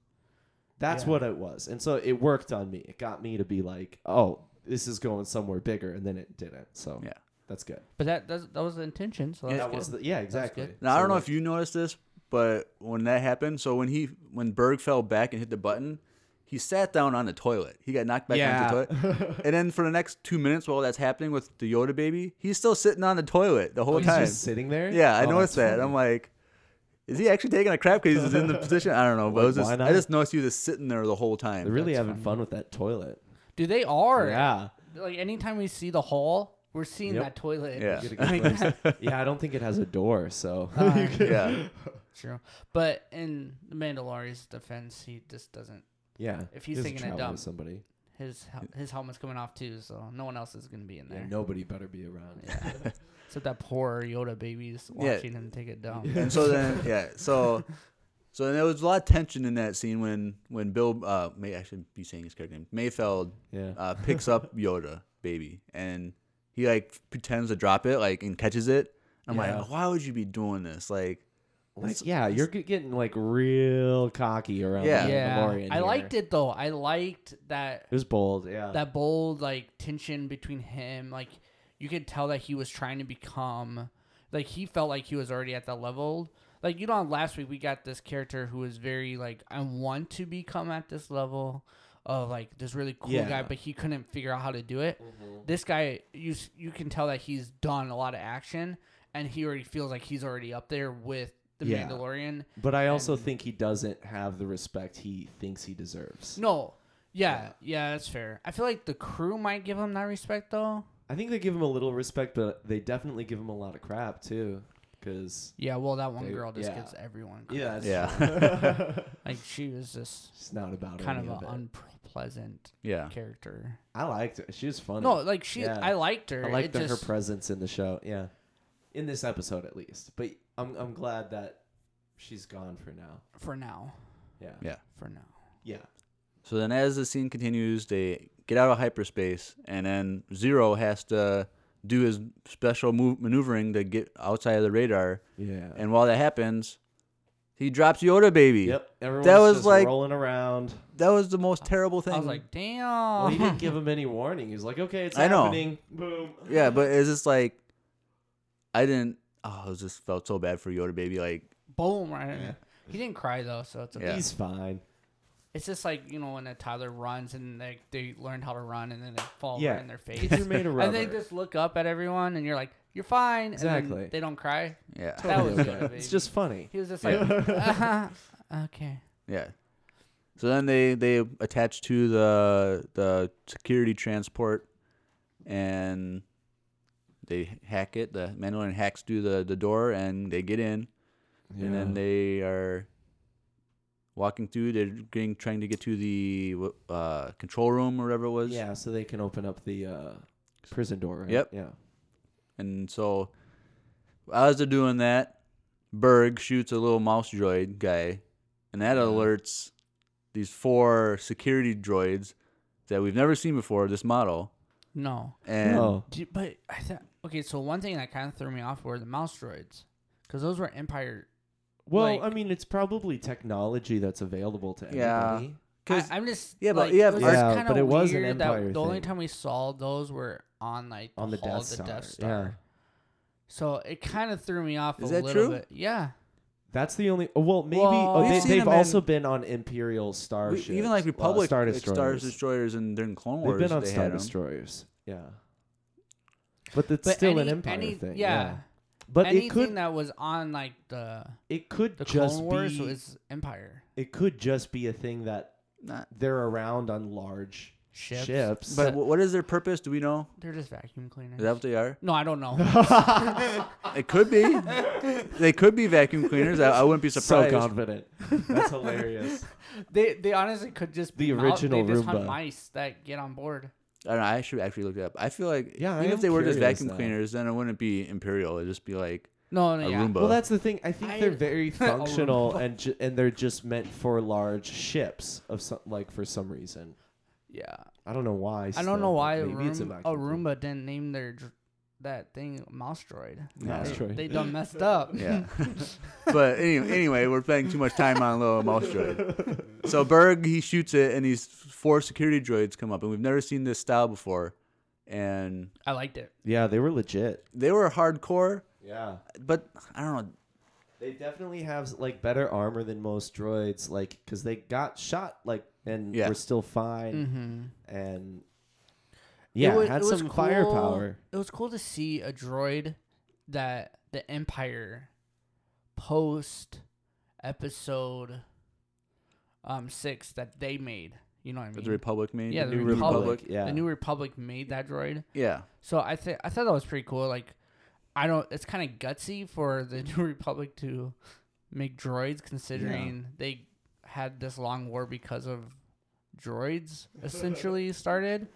Speaker 3: That's
Speaker 1: Yeah.
Speaker 3: what it was. And so it worked on me. It got me to be like, oh, this is going somewhere bigger. And then it didn't. So
Speaker 2: Yeah.
Speaker 3: that's good.
Speaker 1: but that that's, that was the intention. So
Speaker 2: Yeah,
Speaker 1: that's
Speaker 3: that
Speaker 1: good.
Speaker 3: was the, yeah, exactly.
Speaker 1: good.
Speaker 2: Now I
Speaker 3: So,
Speaker 2: don't know
Speaker 3: like,
Speaker 2: if you noticed this, but when that happened, so when he when Berg fell back and hit the button, he sat down on the toilet. He got knocked back
Speaker 3: Yeah.
Speaker 2: onto the toilet, and then for the next two minutes while that's happening with the Yoda baby, he's still sitting on the toilet the whole
Speaker 3: he's
Speaker 2: time.
Speaker 3: just sitting there.
Speaker 2: Yeah, I
Speaker 3: Oh,
Speaker 2: noticed
Speaker 3: that's
Speaker 2: that.
Speaker 3: funny.
Speaker 2: I'm like, is he actually taking a crap because he's in the position? I don't know, but it was
Speaker 3: Like, why
Speaker 2: just,
Speaker 3: not?
Speaker 2: I just noticed you just sitting there the whole time.
Speaker 3: They're really
Speaker 1: That's
Speaker 3: having
Speaker 1: funny.
Speaker 3: fun with that toilet.
Speaker 1: Dude, they are.
Speaker 3: Yeah.
Speaker 1: Like anytime we see the hall, we're seeing
Speaker 3: Yep.
Speaker 1: that toilet.
Speaker 2: Yeah.
Speaker 3: Get a good glimpse. yeah, I don't think it has a door. So
Speaker 1: Uh,
Speaker 2: yeah,
Speaker 1: True, but in the Mandalorian's defense, he just doesn't.
Speaker 3: yeah.
Speaker 1: If he's
Speaker 3: just
Speaker 1: taking a
Speaker 3: travel
Speaker 1: dump.
Speaker 3: with somebody,
Speaker 1: His hel- his helmet's coming off too, so no one else is gonna be in
Speaker 3: yeah,
Speaker 1: there.
Speaker 3: nobody better be around.
Speaker 1: Except that poor Yoda baby's
Speaker 2: Yeah.
Speaker 1: watching him take it down.
Speaker 2: and so then yeah, so so then there was a lot of tension in that scene when when Bill uh, may actually be saying his character name Mayfeld
Speaker 3: Yeah.
Speaker 2: uh, picks up Yoda baby and he like pretends to drop it like and catches it. I'm
Speaker 3: Yeah.
Speaker 2: like, why would you be doing this? Like,
Speaker 3: Like, yeah, you're g- getting like real cocky around
Speaker 2: Yeah.
Speaker 3: the
Speaker 1: yeah,
Speaker 3: Mandalorian
Speaker 1: I
Speaker 3: here.
Speaker 1: liked it though. I liked that
Speaker 3: It was bold. Yeah.
Speaker 1: that bold like tension between him. Like you could tell that he was trying to become like he felt like he was already at that level. Like you know, on last week we got this character who was very like I want to become at this level of like this really cool guy,
Speaker 3: Yeah. Mm-hmm.
Speaker 1: but he couldn't figure out how to do it. This guy, you s- you can tell that he's done a lot of action, and he already feels like he's already up there with the
Speaker 3: Yeah.
Speaker 1: Mandalorian.
Speaker 3: But I also
Speaker 1: And-
Speaker 3: think he doesn't have the respect he thinks he deserves.
Speaker 1: No. Yeah, yeah, that's fair. I feel like the crew might give him that respect though.
Speaker 3: I think they give him a little respect, but they definitely give him a lot of crap too. Because
Speaker 1: Yeah, well, that one
Speaker 3: They-
Speaker 1: girl just
Speaker 3: yeah.
Speaker 1: gives everyone. crap.
Speaker 3: yeah,
Speaker 2: Yeah.
Speaker 1: like she was just
Speaker 3: it's not about
Speaker 1: kind
Speaker 3: any
Speaker 1: of
Speaker 3: it.
Speaker 1: an unpleasant
Speaker 2: Yeah.
Speaker 1: character.
Speaker 3: I liked her. She was funny.
Speaker 1: No, like she,
Speaker 3: Yeah.
Speaker 1: I liked her.
Speaker 3: I
Speaker 1: like
Speaker 3: liked the-
Speaker 1: just,
Speaker 3: her presence in the show. Yeah, in this episode at least. But I'm I'm glad that she's gone for now.
Speaker 1: for now.
Speaker 3: Yeah.
Speaker 2: Yeah.
Speaker 1: For now.
Speaker 3: Yeah.
Speaker 2: So then, as the scene continues, they get out of hyperspace, and then Zero has to do his special move, maneuvering to get outside of the radar.
Speaker 3: Yeah.
Speaker 2: And while that happens, he drops Yoda Baby.
Speaker 3: yep. Everyone's
Speaker 2: was
Speaker 3: just
Speaker 2: like-
Speaker 3: rolling around.
Speaker 2: That was the most terrible thing.
Speaker 1: I was like, damn.
Speaker 3: Well, he didn't give him any warning. He was like, "Okay, it's
Speaker 2: I know.
Speaker 3: happening." Boom.
Speaker 2: yeah, but it's just like, I didn't. Oh, I just felt so bad for Yoda Baby. Like,
Speaker 1: Boom! Right.
Speaker 3: Yeah.
Speaker 1: He didn't cry though, so it's okay.
Speaker 2: Yeah.
Speaker 3: He's fine.
Speaker 1: It's just like you know when a toddler runs and like they learn how to run and then they fall
Speaker 3: Yeah.
Speaker 1: right in their face.
Speaker 3: Kids are made of
Speaker 1: and they
Speaker 3: rubber.
Speaker 1: just look up at everyone and you're like, you're fine. and then
Speaker 3: Exactly.
Speaker 1: they don't cry.
Speaker 2: yeah,
Speaker 1: That was
Speaker 3: Okay.
Speaker 1: Yoda,
Speaker 3: It's
Speaker 1: baby.
Speaker 3: just funny.
Speaker 1: He was just like,
Speaker 2: Yeah.
Speaker 1: uh okay.
Speaker 2: yeah. So then they they attach to the the security transport, and they hack it. The Mandalorian hacks through the the door, and they get in. and then they are walking through. They're getting trying to get to the wh- uh, control room or whatever it was.
Speaker 3: yeah, so they can open up the uh, prison door. Right?
Speaker 2: Yep.
Speaker 3: Yeah.
Speaker 2: And so, as they're doing that, Berg shoots a little mouse droid guy, and that
Speaker 3: Yeah.
Speaker 2: alerts these four security droids that we've never seen before. This model
Speaker 1: No.
Speaker 2: and
Speaker 3: oh,
Speaker 1: Do you- but I thought okay. So one thing that kind of threw me off were the mouse droids, because those were Empire.
Speaker 3: well,
Speaker 1: like-
Speaker 3: I mean, it's probably technology that's available to
Speaker 2: Yeah.
Speaker 3: everybody.
Speaker 1: I,
Speaker 2: 'Cause-
Speaker 1: I'm just
Speaker 2: yeah, but
Speaker 1: like,
Speaker 2: yeah,
Speaker 1: it was
Speaker 2: yeah,
Speaker 1: just kinda
Speaker 3: but it was an
Speaker 1: weird that
Speaker 3: Empire
Speaker 1: The only
Speaker 3: thing.
Speaker 1: time we saw those were on like
Speaker 3: On the
Speaker 1: hull
Speaker 3: Death
Speaker 1: of the Death
Speaker 3: Star, yeah.
Speaker 1: Star. So it kind of threw me off
Speaker 2: Is
Speaker 1: a
Speaker 2: that
Speaker 1: little
Speaker 2: true?
Speaker 1: bit. Yeah.
Speaker 3: That's the only. oh, Well, maybe
Speaker 1: Well,
Speaker 3: oh,
Speaker 1: We've
Speaker 3: they,
Speaker 2: seen
Speaker 3: they've
Speaker 2: them
Speaker 3: also
Speaker 2: in-
Speaker 3: been on Imperial
Speaker 2: we-
Speaker 3: starships,
Speaker 2: even like
Speaker 3: uh,
Speaker 2: Republic
Speaker 3: Star
Speaker 2: like,
Speaker 3: Destroyers.
Speaker 2: Star Destroyers, and during Clone
Speaker 3: they've
Speaker 2: Wars
Speaker 3: been on
Speaker 2: they
Speaker 3: Star
Speaker 2: had 'em.
Speaker 3: Destroyers. Yeah, but it's
Speaker 1: But
Speaker 3: still an
Speaker 1: any-
Speaker 3: Empire
Speaker 1: any-
Speaker 3: thing.
Speaker 1: Yeah.
Speaker 3: Yeah. but
Speaker 1: Anything
Speaker 3: it could
Speaker 1: that was on like the
Speaker 3: it could
Speaker 1: the
Speaker 3: just
Speaker 1: Clone Wars
Speaker 3: be
Speaker 1: was Empire
Speaker 3: it could just be a thing that
Speaker 2: Not-
Speaker 3: they're around on large
Speaker 1: ships.
Speaker 3: ships.
Speaker 2: but wh- what is their purpose? Do we know?
Speaker 1: They're just vacuum cleaners.
Speaker 2: Is that what they are?
Speaker 1: no, I don't know.
Speaker 2: It could be. they could be vacuum cleaners. I, I wouldn't be
Speaker 3: so
Speaker 2: surprised.
Speaker 3: confident. That's hilarious.
Speaker 1: they they honestly could just be
Speaker 3: The
Speaker 1: mou-
Speaker 3: original
Speaker 1: they just hunt
Speaker 3: Roomba.
Speaker 1: mice that get on board.
Speaker 2: I don't know. I should actually look it up. I feel like
Speaker 3: Yeah, I
Speaker 2: even
Speaker 3: am
Speaker 2: if they were just
Speaker 3: curious
Speaker 2: vacuum
Speaker 3: now.
Speaker 2: cleaners, then it wouldn't be imperial. It'd just be like
Speaker 1: No,
Speaker 2: a
Speaker 1: no, yeah.
Speaker 2: Roomba.
Speaker 3: Well, that's the thing. I think
Speaker 1: I-
Speaker 3: they're very
Speaker 1: Oh, no.
Speaker 3: functional and ju- and they're just meant for large ships of some like for some reason.
Speaker 1: Yeah,
Speaker 3: I don't know why.
Speaker 1: I don't know why a, Room, a,
Speaker 3: vacuum thing.
Speaker 1: Roomba didn't name their dr- that thing mouse droid.
Speaker 2: Mouse
Speaker 1: they,
Speaker 3: droid.
Speaker 1: They done messed up.
Speaker 2: yeah. but anyway, anyway, we're spending too much time on little mouse droid. So Berg he shoots it, and these four security droids come up, and we've never seen this style before, and
Speaker 1: I liked it.
Speaker 3: Yeah, they were legit.
Speaker 2: they were hardcore.
Speaker 3: Yeah.
Speaker 2: But I don't know.
Speaker 3: They definitely have like better armor than most droids, like because they got shot like and
Speaker 2: Yeah.
Speaker 3: were still fine
Speaker 1: Mm-hmm.
Speaker 3: and yeah, had some firepower.
Speaker 1: It was cool to see a droid that the Empire post episode um six that they made. You know what I mean?
Speaker 2: The Republic made.
Speaker 1: Yeah,
Speaker 2: the
Speaker 1: the
Speaker 2: New
Speaker 1: Republic.
Speaker 3: Yeah,
Speaker 1: The New Republic made that droid.
Speaker 2: Yeah.
Speaker 1: So I think I thought that was pretty cool. Like, I don't. It's kind of gutsy for the New Republic to make droids, considering they had this long war because of droids essentially started.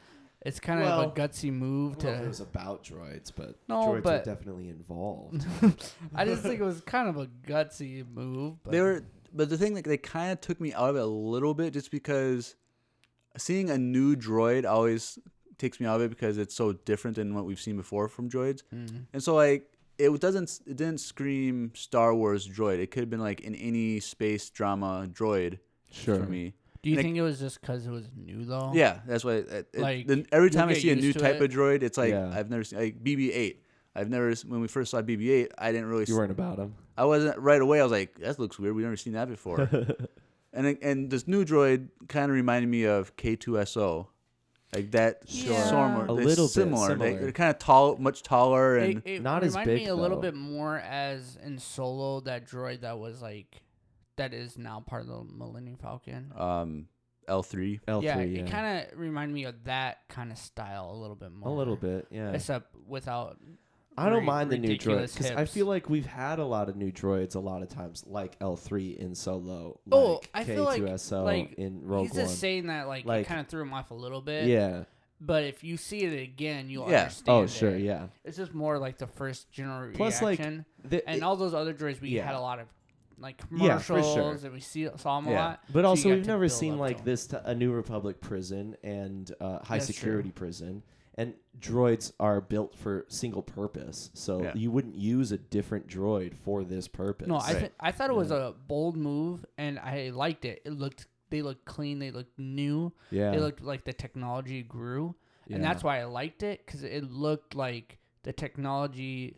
Speaker 1: It's kind of
Speaker 3: Well,
Speaker 1: a gutsy move
Speaker 3: I don't know if it
Speaker 1: to.
Speaker 3: was about droids, but
Speaker 1: No,
Speaker 3: droids
Speaker 1: but-
Speaker 3: were definitely involved.
Speaker 1: I just think it was kind of a gutsy move. But
Speaker 2: They were, but the thing like they kind of took me out of it a little bit just because seeing a new droid always takes me out of it because it's so different than what we've seen before from droids,
Speaker 3: Mm-hmm.
Speaker 1: Mm.
Speaker 2: and so like it doesn't it didn't scream Star Wars droid. It could have been like in any space drama droid
Speaker 3: Sure.
Speaker 2: for me.
Speaker 1: Do you
Speaker 2: And it-
Speaker 1: think it was just because it was new though?
Speaker 2: Yeah, that's why. uh, It, it-
Speaker 1: Like,
Speaker 2: the- every
Speaker 1: you'll
Speaker 2: time I
Speaker 1: get
Speaker 2: see a new
Speaker 1: used to
Speaker 2: type
Speaker 1: it.
Speaker 2: of droid, it's like
Speaker 3: Yeah.
Speaker 2: I've never seen like BB-8. I've never s- when we first saw BB-8, I didn't really.
Speaker 3: You
Speaker 2: s-
Speaker 3: weren't about him.
Speaker 2: I wasn't right away. I was like, that looks weird. We've never seen that before. and it- and this new droid kind of reminded me of K2SO, like that
Speaker 1: Sure.
Speaker 2: similar,
Speaker 1: A
Speaker 2: they're
Speaker 3: little bit
Speaker 2: similar. They,
Speaker 3: similar.
Speaker 2: are kind of tall, much taller, and
Speaker 1: It, it
Speaker 3: Not as
Speaker 1: reminded me
Speaker 3: big,
Speaker 1: a little
Speaker 3: though.
Speaker 1: bit more as in Solo that droid that was like that is now part of the Millennium Falcon.
Speaker 2: um L3.
Speaker 3: L3,
Speaker 1: yeah,
Speaker 3: yeah,
Speaker 1: it kind of reminded me of that kind of style a little bit more.
Speaker 3: a little bit. Yeah,
Speaker 1: except without.
Speaker 3: I don't
Speaker 1: ri-
Speaker 3: mind the new droids
Speaker 1: ridiculous
Speaker 3: because I
Speaker 1: hips.
Speaker 3: feel like we've had a lot of new droids a lot of times, like L3 in Solo. Like
Speaker 1: Oh, I feel like-
Speaker 3: K2SO
Speaker 1: like,
Speaker 3: in Rogue
Speaker 1: he's just
Speaker 3: One.
Speaker 1: saying that like,
Speaker 3: Like-
Speaker 1: it kind of threw him off a little bit.
Speaker 3: Yeah.
Speaker 1: but if you see it again, you'll
Speaker 2: Yeah.
Speaker 1: understand.
Speaker 3: Oh, sure.
Speaker 1: it.
Speaker 3: Yeah.
Speaker 1: It's just more like the first general
Speaker 3: Plus, like,
Speaker 1: reaction.
Speaker 3: The-
Speaker 1: and
Speaker 3: it-
Speaker 1: all those other droys we
Speaker 3: Yeah.
Speaker 1: had a lot of like
Speaker 3: Yeah, for sure.
Speaker 1: commercials and we see saw them a
Speaker 2: Yeah.
Speaker 1: lot. so
Speaker 3: But
Speaker 1: you
Speaker 3: also,
Speaker 1: got
Speaker 3: we've
Speaker 1: to
Speaker 3: never
Speaker 1: build
Speaker 3: seen
Speaker 1: up
Speaker 3: like
Speaker 1: to 'em.
Speaker 3: this to a New Republic prison and uh, high
Speaker 1: That's true.
Speaker 3: security prison, and droids are built for single purpose. So
Speaker 2: Yeah.
Speaker 3: you wouldn't use a different droid for this purpose.
Speaker 1: No, I
Speaker 2: Right.
Speaker 1: th- I thought it was
Speaker 3: Yeah.
Speaker 1: a bold move, and I liked it. It looked they looked clean, they looked new,
Speaker 3: yeah,
Speaker 1: they looked like the technology grew, and
Speaker 3: Yeah.
Speaker 1: that's why I liked it because it looked like the technology.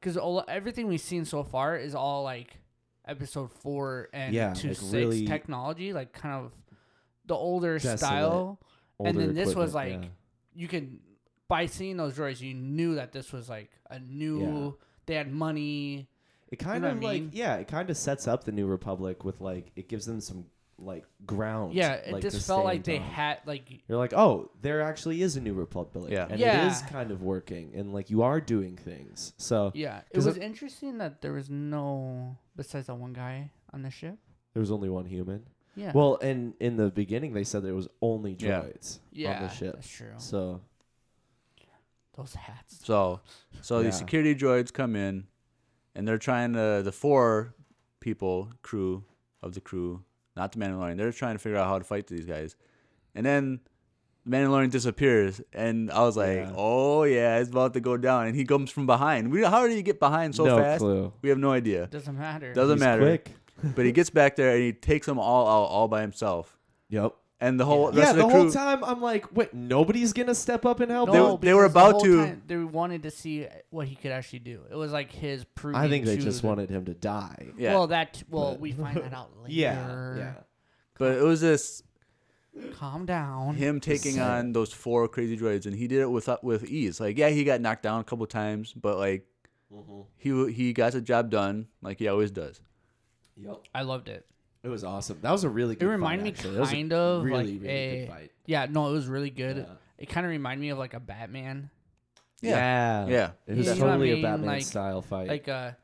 Speaker 1: Because everything we've seen so far is all like episode four and
Speaker 3: Yeah,
Speaker 1: two
Speaker 3: like
Speaker 1: six
Speaker 3: really
Speaker 1: technology, like kind of the older
Speaker 3: desolate.
Speaker 1: style. and
Speaker 3: Older
Speaker 1: then this was,
Speaker 3: equipment,
Speaker 1: like, You can by seeing those droids, you knew that this was like a new. They had money.
Speaker 3: yeah. it kind
Speaker 1: know
Speaker 3: of
Speaker 1: what I
Speaker 3: like
Speaker 1: mean?
Speaker 3: yeah, it kind of sets up the New Republic with like it gives them some like ground.
Speaker 1: Yeah, it
Speaker 3: like, to
Speaker 1: just felt like
Speaker 3: stand
Speaker 1: they
Speaker 3: on.
Speaker 1: had like
Speaker 3: You're like, oh, there actually is a New Republic,
Speaker 2: Yeah.
Speaker 3: and it
Speaker 1: Yeah.
Speaker 3: is kind of working, and like you are doing things. So
Speaker 1: Yeah, it
Speaker 3: 'Cause
Speaker 1: was
Speaker 3: it-
Speaker 1: interesting that there was no besides that one guy on the ship.
Speaker 3: there's only one human.
Speaker 1: Yeah.
Speaker 3: Well, and in the beginning they said there was only
Speaker 2: Yeah.
Speaker 3: droids
Speaker 1: yeah,
Speaker 3: on the ship.
Speaker 1: That's true.
Speaker 3: So
Speaker 1: Those hats.
Speaker 2: So, so
Speaker 3: Yeah.
Speaker 2: these security droids come in, and they're trying to the four people crew of the crew, not the Mandalorian. They're trying to figure out how to fight these guys, and then the Mandalorian disappears, and I was like,
Speaker 3: Yeah.
Speaker 2: oh yeah, it's about to go down, and he comes from behind. We how did he get behind so
Speaker 3: no
Speaker 2: fast?
Speaker 3: clue.
Speaker 2: We have no idea,
Speaker 1: Doesn't matter.
Speaker 2: Doesn't
Speaker 3: He's
Speaker 2: matter.
Speaker 3: Quick.
Speaker 2: but he gets back there and he takes them all out all by himself,
Speaker 3: Yep.
Speaker 2: and the whole
Speaker 3: Yeah,
Speaker 2: rest
Speaker 3: the,
Speaker 2: of the, crew.
Speaker 3: whole time I'm like, wait, nobody's gonna step up and help.
Speaker 2: They-
Speaker 3: him?
Speaker 1: no,
Speaker 2: they were
Speaker 1: because the
Speaker 2: about
Speaker 1: whole
Speaker 2: to-
Speaker 1: time they wanted to see what he could actually do. It was like his proof.
Speaker 3: I think they just wanted him to die.
Speaker 2: yeah,
Speaker 1: Well, that well,
Speaker 3: But-
Speaker 1: we find that out later.
Speaker 3: Yeah. Yeah.
Speaker 2: but it was this
Speaker 1: Calm down.
Speaker 2: him taking
Speaker 3: sad.
Speaker 2: on those four crazy droids, and he did it with uh, with ease. Like, yeah, he got knocked down a couple times, but like
Speaker 3: Mm-hmm.
Speaker 2: he w- he got the job done, like he always does.
Speaker 3: Yep.
Speaker 1: I loved it.
Speaker 3: It was awesome. That was a really. good
Speaker 1: It reminded me
Speaker 3: fight, actually. That was a
Speaker 1: kind of
Speaker 3: really
Speaker 1: like
Speaker 3: really
Speaker 1: a
Speaker 3: good fight.
Speaker 1: yeah. No, it was really good.
Speaker 3: Yeah.
Speaker 1: It kind of reminded me of like a Batman,
Speaker 2: Yeah. Yeah.
Speaker 3: It was
Speaker 1: You know what I
Speaker 3: totally
Speaker 1: mean?
Speaker 3: a Batman
Speaker 1: Like-
Speaker 3: style fight.
Speaker 1: like a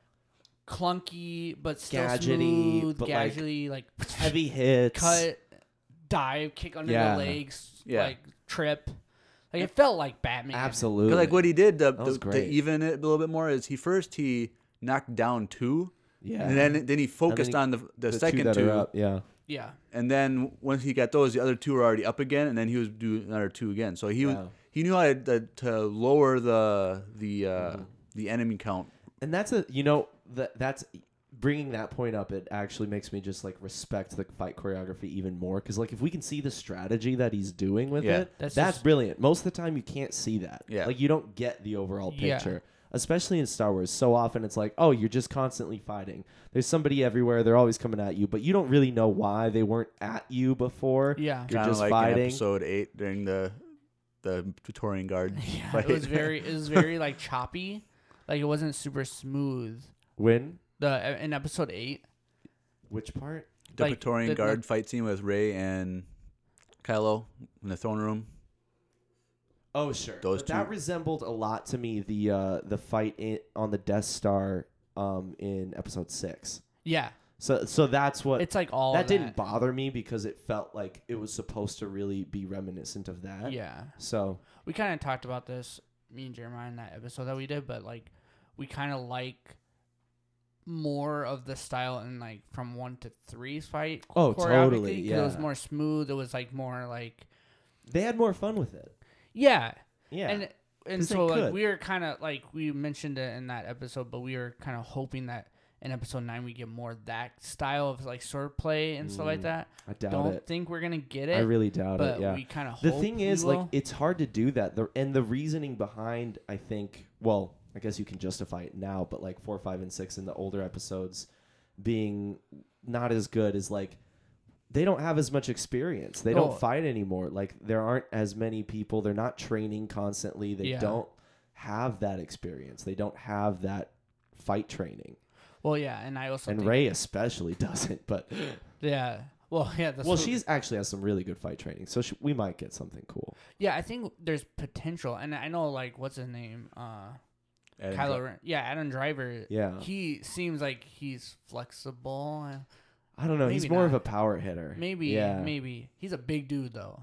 Speaker 1: clunky but still
Speaker 3: Gadgety,
Speaker 1: smooth,
Speaker 3: but, like,
Speaker 1: gadgety, like,
Speaker 3: heavy hits.
Speaker 1: cut, dive, kick under
Speaker 3: Yeah.
Speaker 1: the legs,
Speaker 2: Yeah.
Speaker 1: like trip. Like it felt like Batman.
Speaker 3: Absolutely.
Speaker 2: Because like what he did to,
Speaker 3: was
Speaker 2: to, to
Speaker 3: great.
Speaker 2: even it a little bit more is he first he knocked down two,
Speaker 3: Yeah.
Speaker 2: and then then he focused
Speaker 3: he-
Speaker 2: on the the,
Speaker 3: The
Speaker 2: second
Speaker 3: two,
Speaker 2: two,
Speaker 3: that are up, yeah.
Speaker 1: Yeah.
Speaker 2: and then once he got those, the other two were already up again, and then he was doing another two again. So he was
Speaker 3: Wow.
Speaker 2: he knew how to, to, to lower the the uh,
Speaker 3: Mm-hmm.
Speaker 2: the enemy count.
Speaker 3: and that's a you know that that's bringing that point up it actually makes me just like respect the fight choreography even more because like if we can see the strategy that he's doing with
Speaker 2: Yeah.
Speaker 3: it
Speaker 1: That's
Speaker 3: that's,
Speaker 1: just-
Speaker 3: brilliant most of the time you can't see that
Speaker 2: Yeah.
Speaker 3: like you don't get the overall
Speaker 1: Yeah.
Speaker 3: picture especially in star wars so often it's like oh you're just constantly fighting there's somebody everywhere they're always coming at you but you don't really know why they weren't at you before
Speaker 1: Yeah.
Speaker 3: you're
Speaker 2: Kinda
Speaker 3: just
Speaker 2: like in
Speaker 3: fighting
Speaker 2: episode eight during the the Praetorian Guard.
Speaker 1: Yeah.
Speaker 2: fight.
Speaker 1: It was very it was very like choppy. Like it wasn't super smooth.
Speaker 3: when
Speaker 1: The uh, in episode eight.
Speaker 3: which part
Speaker 2: the
Speaker 1: like,
Speaker 2: Praetorian
Speaker 1: the-
Speaker 2: Guard fight scene with Ray and Kylo in the throne room.
Speaker 3: Oh sure,
Speaker 2: Those
Speaker 3: but that
Speaker 2: two-
Speaker 3: resembled a lot to me the uh, the fight in, on the Death Star um, in Episode Six.
Speaker 1: Yeah.
Speaker 3: So so that's what
Speaker 1: It's like all
Speaker 3: that
Speaker 1: of
Speaker 3: didn't bother me because it felt like it was supposed to really be reminiscent of that.
Speaker 1: Yeah.
Speaker 3: So
Speaker 1: we kind of talked about this me and jeremiah in that episode that we did but like we kind of like more of the style in like from one to three's fight
Speaker 3: Oh, totally,
Speaker 1: choreography, 'cause it was
Speaker 3: yeah.
Speaker 1: more smooth it was like more like
Speaker 3: they had more fun with it.
Speaker 1: yeah,
Speaker 3: Yeah.
Speaker 1: and and
Speaker 3: 'Cause they
Speaker 1: so like
Speaker 3: could.
Speaker 1: we were kind of like we mentioned it in that episode but we were kind of hoping that in episode nine we get more that style of like sword play and stuff like
Speaker 3: Mm,
Speaker 1: that.
Speaker 3: I doubt
Speaker 1: Don't
Speaker 3: it.
Speaker 1: think we're gonna get it.
Speaker 3: I really doubt
Speaker 1: but
Speaker 3: it. Yeah.
Speaker 1: we kind of
Speaker 3: the thing is, like, it's hard to do that. The, and the reasoning behind, I think, well, I guess you can justify it now, but like four, five, and six in the older episodes being not as good is like they don't have as much experience. They
Speaker 1: Oh.
Speaker 3: don't fight anymore. Like there aren't as many people. They're not training constantly. They
Speaker 1: Yeah.
Speaker 3: don't have that experience. They don't have that fight training.
Speaker 1: well, yeah, and I also
Speaker 3: and
Speaker 1: think,
Speaker 3: Ray especially doesn't. But
Speaker 1: yeah, well, yeah, that's
Speaker 3: well,
Speaker 1: what-
Speaker 3: she's actually has some really good fight training, so she, we might get something cool.
Speaker 1: yeah. I think there's potential, and I know like what's his name, uh,
Speaker 2: Adam
Speaker 1: Kylo
Speaker 2: Dri-
Speaker 1: Ren. Yeah, Adam Driver.
Speaker 3: Yeah.
Speaker 1: he seems like he's flexible.
Speaker 3: I don't know. he's
Speaker 1: Maybe
Speaker 3: more of
Speaker 1: not.
Speaker 3: a power hitter.
Speaker 1: Maybe,
Speaker 3: Yeah.
Speaker 1: maybe he's a big dude though.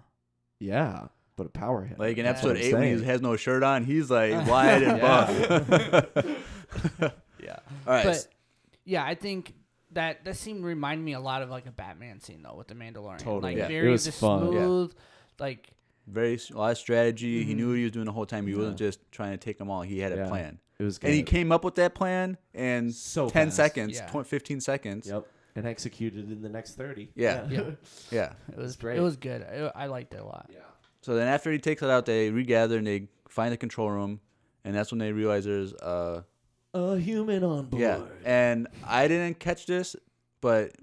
Speaker 3: Yeah, but a power hitter.
Speaker 2: Like in
Speaker 1: That's
Speaker 2: episode
Speaker 3: what
Speaker 2: eight,
Speaker 3: I'm
Speaker 2: when he
Speaker 3: saying.
Speaker 2: has no shirt on, he's like wide and buff. yeah. All right.
Speaker 1: But yeah, I think that that seemed to remind me a lot of like a Batman scene though with the Mandalorian.
Speaker 3: Totally.
Speaker 1: like
Speaker 2: Yeah.
Speaker 1: very
Speaker 3: It was
Speaker 1: just
Speaker 3: fun.
Speaker 2: Yeah.
Speaker 1: smooth, like
Speaker 2: very s- a lot of strategy. He
Speaker 1: Mm-hmm.
Speaker 2: knew what he was doing the whole time. He wasn't
Speaker 3: Yeah.
Speaker 2: just trying to take them all. He had a
Speaker 3: Yeah.
Speaker 2: plan,
Speaker 3: it was good.
Speaker 2: and he came up with that plan in
Speaker 3: So
Speaker 2: ten
Speaker 3: fast.
Speaker 2: seconds,
Speaker 1: Yeah.
Speaker 2: 20, fifteen seconds.
Speaker 3: Yep, and executed in the next thirty.
Speaker 2: Yeah.
Speaker 1: Yeah.
Speaker 2: Yeah.
Speaker 1: it was
Speaker 3: great.
Speaker 1: It was good. I, I liked it a lot.
Speaker 3: yeah.
Speaker 2: So then after he takes it out, they regather and they find the control room, and that's when they realize there's uh
Speaker 3: A human on board.
Speaker 2: yeah. And I didn't catch this, but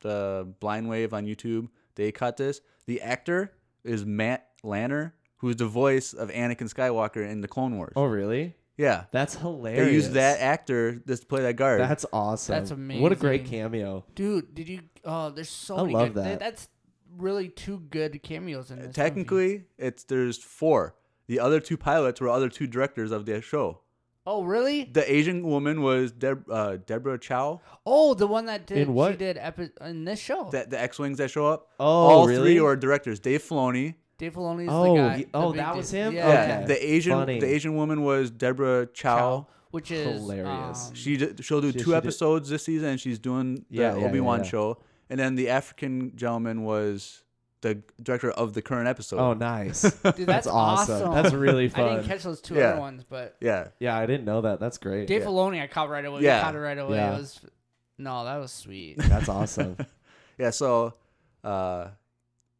Speaker 2: the Blind Wave on YouTube they caught this. The actor is Matt Lanner, who is the voice of Anakin Skywalker in the Clone Wars.
Speaker 3: Oh really?
Speaker 2: Yeah.
Speaker 3: That's hilarious.
Speaker 2: They used that actor just to play that guard.
Speaker 3: That's awesome.
Speaker 1: That's
Speaker 3: What a great
Speaker 1: amazing.
Speaker 3: cameo.
Speaker 1: Dude, did you? Oh, there's so
Speaker 3: I
Speaker 1: many.
Speaker 3: love
Speaker 1: good,
Speaker 3: that. Uh,
Speaker 1: That's really two good cameos in this. movie.
Speaker 2: Technically, it's there's four. The other two pilots were other two directors of the show.
Speaker 1: Oh, really?
Speaker 2: The Asian woman was Deb- uh, Deborah Chow,
Speaker 1: Oh, the one that did
Speaker 3: In
Speaker 1: she
Speaker 3: what?
Speaker 1: did epi- in this show.
Speaker 2: that the X wings that show up.
Speaker 3: Oh,
Speaker 2: all
Speaker 3: really?
Speaker 2: three are directors. Dave Filoni.
Speaker 1: Dave Filoni's
Speaker 3: Oh,
Speaker 1: the guy.
Speaker 3: he-
Speaker 1: the
Speaker 3: oh,
Speaker 1: big
Speaker 3: that
Speaker 1: dude.
Speaker 3: was him?
Speaker 1: Yeah.
Speaker 2: Yeah.
Speaker 3: Okay.
Speaker 2: The Asian
Speaker 3: Funny.
Speaker 2: the Asian woman was Deborah Chow.
Speaker 1: Chow, which is
Speaker 3: Hilarious.
Speaker 1: um,
Speaker 2: She did, she'll do
Speaker 3: She-
Speaker 2: two
Speaker 3: she did-
Speaker 2: episodes this season, and she's doing the
Speaker 3: Yeah, yeah, yeah,
Speaker 2: Obi Wan
Speaker 3: yeah.
Speaker 2: show. And then the African gentleman was the director of the current episode.
Speaker 3: Oh, nice.
Speaker 1: dude, that's,
Speaker 3: awesome. That's really
Speaker 1: I
Speaker 3: fun.
Speaker 1: didn't catch those two
Speaker 2: Yeah.
Speaker 1: other ones, but
Speaker 2: Yeah,
Speaker 3: yeah, I didn't know that. That's great.
Speaker 1: Dave Filoni, I caught right away. Yeah.
Speaker 2: Yeah.
Speaker 1: caught it right away.
Speaker 3: Yeah.
Speaker 1: It was no, that was sweet.
Speaker 3: That's awesome.
Speaker 2: yeah. So, uh,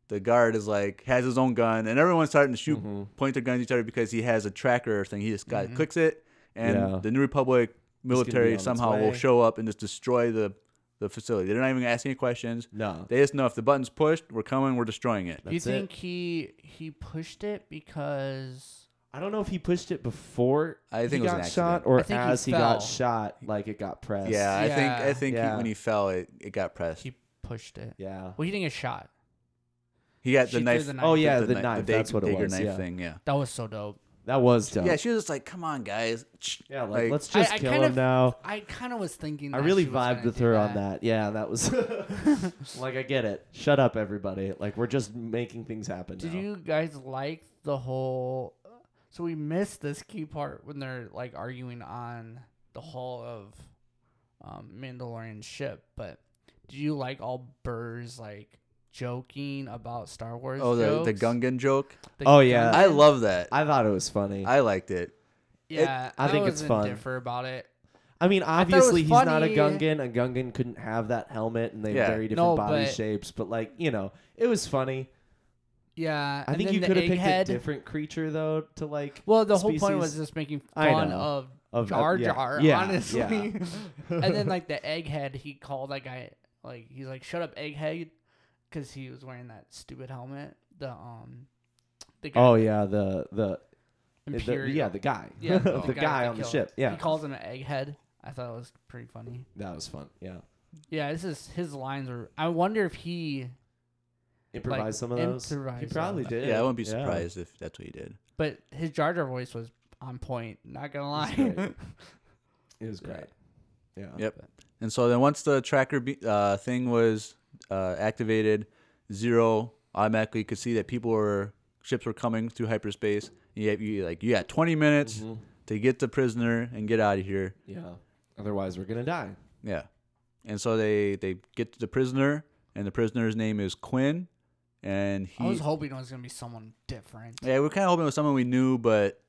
Speaker 2: the guard is like has his own gun, and everyone's starting to shoot,
Speaker 3: Mm-hmm.
Speaker 2: point their guns at each other because he has a tracker thing. He just got clicks it, and
Speaker 3: Yeah.
Speaker 2: the New Republic
Speaker 3: on
Speaker 2: military
Speaker 3: its
Speaker 2: somehow will
Speaker 3: way.
Speaker 2: show up and just destroy the the facility. They're not even asking any questions.
Speaker 3: no.
Speaker 2: They just know if the button's pushed, we're coming, we're destroying it.
Speaker 1: Do you
Speaker 3: That's it.
Speaker 1: think he he pushed it because
Speaker 3: I don't know if he pushed it before
Speaker 2: I think
Speaker 3: he
Speaker 2: it was an
Speaker 3: got shot
Speaker 2: accident.
Speaker 3: or
Speaker 1: I think he
Speaker 3: as he, got
Speaker 1: fell.
Speaker 3: shot, like it got pressed.
Speaker 2: Yeah, I think I
Speaker 1: Yeah.
Speaker 2: think
Speaker 3: Yeah.
Speaker 2: He, when he fell, it, it got pressed. He,
Speaker 1: he pushed it?
Speaker 3: Yeah.
Speaker 1: Well, he didn't get shot.
Speaker 2: got
Speaker 1: she
Speaker 2: the
Speaker 1: threw
Speaker 2: knife.
Speaker 1: the knife.
Speaker 3: Oh yeah, the,
Speaker 2: kni-
Speaker 3: knife.
Speaker 2: the
Speaker 3: That's
Speaker 2: dag-
Speaker 3: what it
Speaker 2: dagger
Speaker 3: was.
Speaker 2: Knife
Speaker 3: yeah.
Speaker 2: thing. Yeah.
Speaker 1: That was so dope.
Speaker 3: That was dope.
Speaker 2: Yeah, she was just like, "Come on, guys."
Speaker 3: Yeah, like, let's
Speaker 1: I-
Speaker 3: just
Speaker 1: I
Speaker 3: kill
Speaker 1: kind
Speaker 3: him
Speaker 1: of-
Speaker 3: now.
Speaker 1: I kind of was thinking.
Speaker 3: I
Speaker 1: that
Speaker 3: really
Speaker 1: she was gonna
Speaker 3: vibed with
Speaker 1: do
Speaker 3: her on that. Yeah, that was like I get it. Shut up, everybody. Like we're just making things happen.
Speaker 1: Did
Speaker 3: now.
Speaker 1: you guys like the whole? So we missed this key part when they're like arguing on the hull of um, Mandalorian's ship. But did you like all Burr's like joking about Star Wars?
Speaker 2: Oh, the, the
Speaker 1: jokes?
Speaker 2: Gungan joke.
Speaker 1: The
Speaker 3: Oh, yeah.
Speaker 1: Gungan?
Speaker 2: I love that. I,
Speaker 3: I thought it was funny. I,
Speaker 2: liked it.
Speaker 1: Yeah,
Speaker 3: I think it's fun.
Speaker 1: Differ about it.
Speaker 3: mean,
Speaker 1: it was
Speaker 3: obviously he's not
Speaker 1: funny.
Speaker 3: a Gungan. A Gungan couldn't have that helmet, and they
Speaker 2: Yeah.
Speaker 3: have very different
Speaker 1: No,
Speaker 3: body
Speaker 1: but-
Speaker 3: shapes. But like you know, it was funny.
Speaker 1: Yeah,
Speaker 3: I
Speaker 1: and
Speaker 3: think
Speaker 1: then
Speaker 3: you
Speaker 1: the
Speaker 3: could have picked
Speaker 1: egghead-
Speaker 3: a different creature though to like.
Speaker 1: Well, the whole point was
Speaker 3: species.
Speaker 1: just making
Speaker 3: I
Speaker 1: fun
Speaker 3: know.
Speaker 1: of,
Speaker 3: Of-
Speaker 1: Jar
Speaker 3: of- yeah.
Speaker 1: Jar,
Speaker 3: Yeah,
Speaker 1: honestly.
Speaker 3: yeah.
Speaker 1: and then like the egghead, he called that guy like he's like, "Shut up, egghead," because he was wearing that stupid helmet. The um, the guy.
Speaker 3: Oh yeah, the the, the-
Speaker 1: Imperial.
Speaker 3: yeah the guy.
Speaker 1: Yeah,
Speaker 3: the,
Speaker 1: that
Speaker 3: guy
Speaker 1: they
Speaker 3: on the
Speaker 1: killed.
Speaker 3: ship. Yeah,
Speaker 1: he calls him an egghead. I thought it was pretty funny.
Speaker 3: that was fun. Yeah,
Speaker 1: Yeah, this is his lines were. I wonder if he,
Speaker 3: improvise some of those. He
Speaker 1: improvise
Speaker 3: probably
Speaker 1: them.
Speaker 3: did.
Speaker 2: Yeah, I wouldn't be surprised if that's what he did.
Speaker 1: but his Jar Jar voice was on point. Not gonna
Speaker 3: That's
Speaker 1: lie.
Speaker 3: great. It was great. Yeah.
Speaker 2: Yep. And so then once the tracker be- uh, thing was uh, activated, Zero automatically could see that people were ships were coming through hyperspace. You have, you like you got 20 minutes
Speaker 3: Mm-hmm.
Speaker 2: to get the prisoner and get out of here.
Speaker 3: Yeah. Otherwise, we're gonna die.
Speaker 2: Yeah. And so they they get to the prisoner, and the prisoner's name is Quinn, and he.
Speaker 1: I was hoping it was gonna be someone different.
Speaker 2: yeah, we are kind of hoping it was someone we knew, but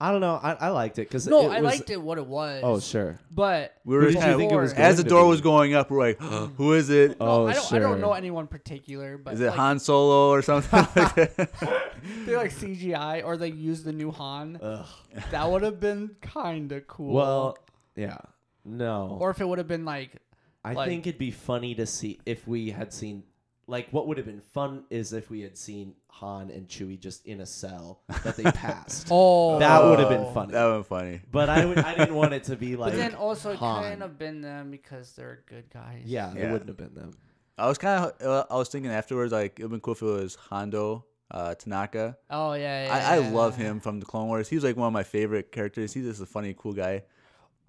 Speaker 3: I don't know. I, I liked it because
Speaker 1: No,
Speaker 3: it
Speaker 1: I
Speaker 3: was,
Speaker 1: liked it what it was.
Speaker 3: Oh sure.
Speaker 1: But
Speaker 2: We
Speaker 3: Who
Speaker 2: were
Speaker 3: did you
Speaker 2: kind
Speaker 3: think it was
Speaker 2: as the
Speaker 3: going to
Speaker 2: door
Speaker 3: be?
Speaker 2: was going up. We're like, who is it? Is
Speaker 3: Oh
Speaker 1: I don't,
Speaker 3: sure.
Speaker 1: I don't know anyone particular, but
Speaker 2: it
Speaker 1: like,
Speaker 2: Han Solo or something? like that?
Speaker 1: they like CGI or they use the new Han.
Speaker 3: Ugh.
Speaker 1: That would have been kind of cool.
Speaker 3: Well, yeah. No.
Speaker 1: or if it would have been like
Speaker 3: I
Speaker 1: like-
Speaker 3: think it'd be funny to see if we had seen like what would have been fun is if we had seen Han and Chewie just in a cell that they passed.
Speaker 1: oh
Speaker 3: That would have been funny.
Speaker 2: that would funny.
Speaker 3: But I, would, I didn't want it to be like
Speaker 1: But then oh. also it
Speaker 3: Han.
Speaker 1: couldn't have been them because they're good guys.
Speaker 3: yeah, it
Speaker 2: Yeah.
Speaker 3: wouldn't have been them.
Speaker 2: I was kind of. Uh, I was thinking afterwards, like it would have been cool if it was Hondo uh, Tanaka.
Speaker 1: Oh yeah. yeah
Speaker 2: I, I
Speaker 1: yeah.
Speaker 2: love him from the Clone Wars. He's like one of my favorite characters. He's just a funny, cool guy.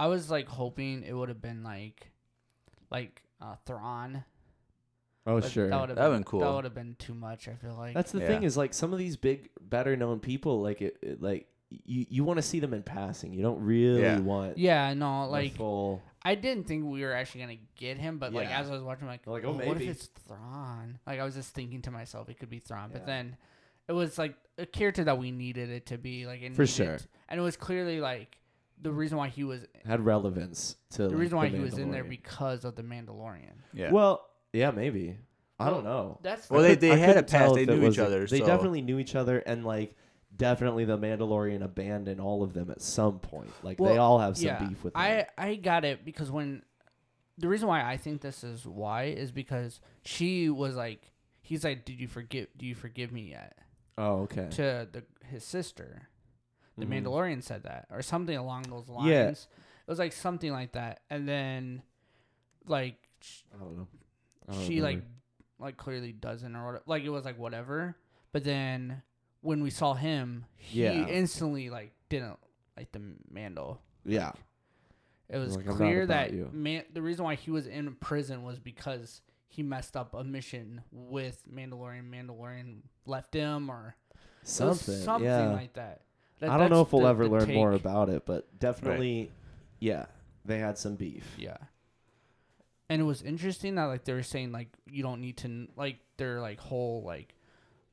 Speaker 1: I was like hoping it would have been like, like uh, Thrawn.
Speaker 3: Oh
Speaker 1: but That would have
Speaker 2: That'd
Speaker 1: been,
Speaker 2: been cool.
Speaker 1: That would have been too much. I feel like.
Speaker 3: That's the
Speaker 2: Yeah.
Speaker 3: thing is like some of these big better known people like it, it- like you you want to see them in passing. You don't really
Speaker 2: Yeah.
Speaker 3: want
Speaker 1: yeah. No.
Speaker 3: the
Speaker 1: Like
Speaker 3: full
Speaker 1: I didn't think we were actually gonna get him, but like
Speaker 3: Yeah.
Speaker 1: as I was watching, I'm like,
Speaker 3: Like,
Speaker 1: like
Speaker 3: oh,
Speaker 1: oh, what if
Speaker 3: maybe."
Speaker 1: it's Thrawn? Like I was just thinking to myself, it could be Thrawn,
Speaker 3: Yeah.
Speaker 1: but then it was like a character that we needed it to be, like it
Speaker 3: For
Speaker 1: needed-
Speaker 3: sure.
Speaker 1: and it was clearly like the reason why he was
Speaker 3: had relevance to
Speaker 1: the
Speaker 3: like,
Speaker 1: reason why he was in there
Speaker 3: Mandalorian.
Speaker 1: because of the Mandalorian.
Speaker 2: Yeah.
Speaker 3: Well, yeah, maybe. I don't know.
Speaker 1: That's
Speaker 2: Well,
Speaker 1: the-
Speaker 2: they-
Speaker 3: couldn't-
Speaker 2: had a
Speaker 3: couldn't tell
Speaker 2: past. They
Speaker 3: if it
Speaker 2: knew each
Speaker 3: was a-
Speaker 2: other,
Speaker 3: They
Speaker 2: so-
Speaker 3: definitely knew each other, and like definitely the Mandalorian abandoned all of them at some point. Like they
Speaker 1: Well,
Speaker 3: all have some
Speaker 1: yeah,
Speaker 3: beef with.
Speaker 1: I
Speaker 3: them.
Speaker 1: I got it because when the reason why I think this is why is because she was like, he's like, did you forgive? Do you forgive me yet?
Speaker 3: Oh, okay.
Speaker 1: to the his sister. The
Speaker 3: Mhm.
Speaker 1: Mandalorian said that, or something along those lines.
Speaker 3: Yeah.
Speaker 1: It was like something like that, and then like sh-
Speaker 3: I don't know. I don't
Speaker 1: she like
Speaker 3: remember.
Speaker 1: like clearly doesn't or whatever. like it was like whatever. But then when we saw him, he
Speaker 3: Yeah.
Speaker 1: instantly like didn't like the Mandal.
Speaker 3: yeah.
Speaker 1: It was
Speaker 3: Like, I'm not
Speaker 1: clear
Speaker 3: about
Speaker 1: that
Speaker 3: you.
Speaker 1: man, the reason why he was in prison was because he messed up a mission with Mandalorian. Mandalorian left him or it was
Speaker 3: Something.
Speaker 1: something
Speaker 3: yeah.
Speaker 1: like that. That-
Speaker 3: I don't know
Speaker 1: that's
Speaker 3: if we'll
Speaker 1: the-
Speaker 3: ever
Speaker 1: the
Speaker 3: learn more
Speaker 1: take.
Speaker 3: about it, but definitely, yeah, they had some beef.
Speaker 1: Yeah, and it was interesting that like they were saying like you don't need to kn- like their like whole like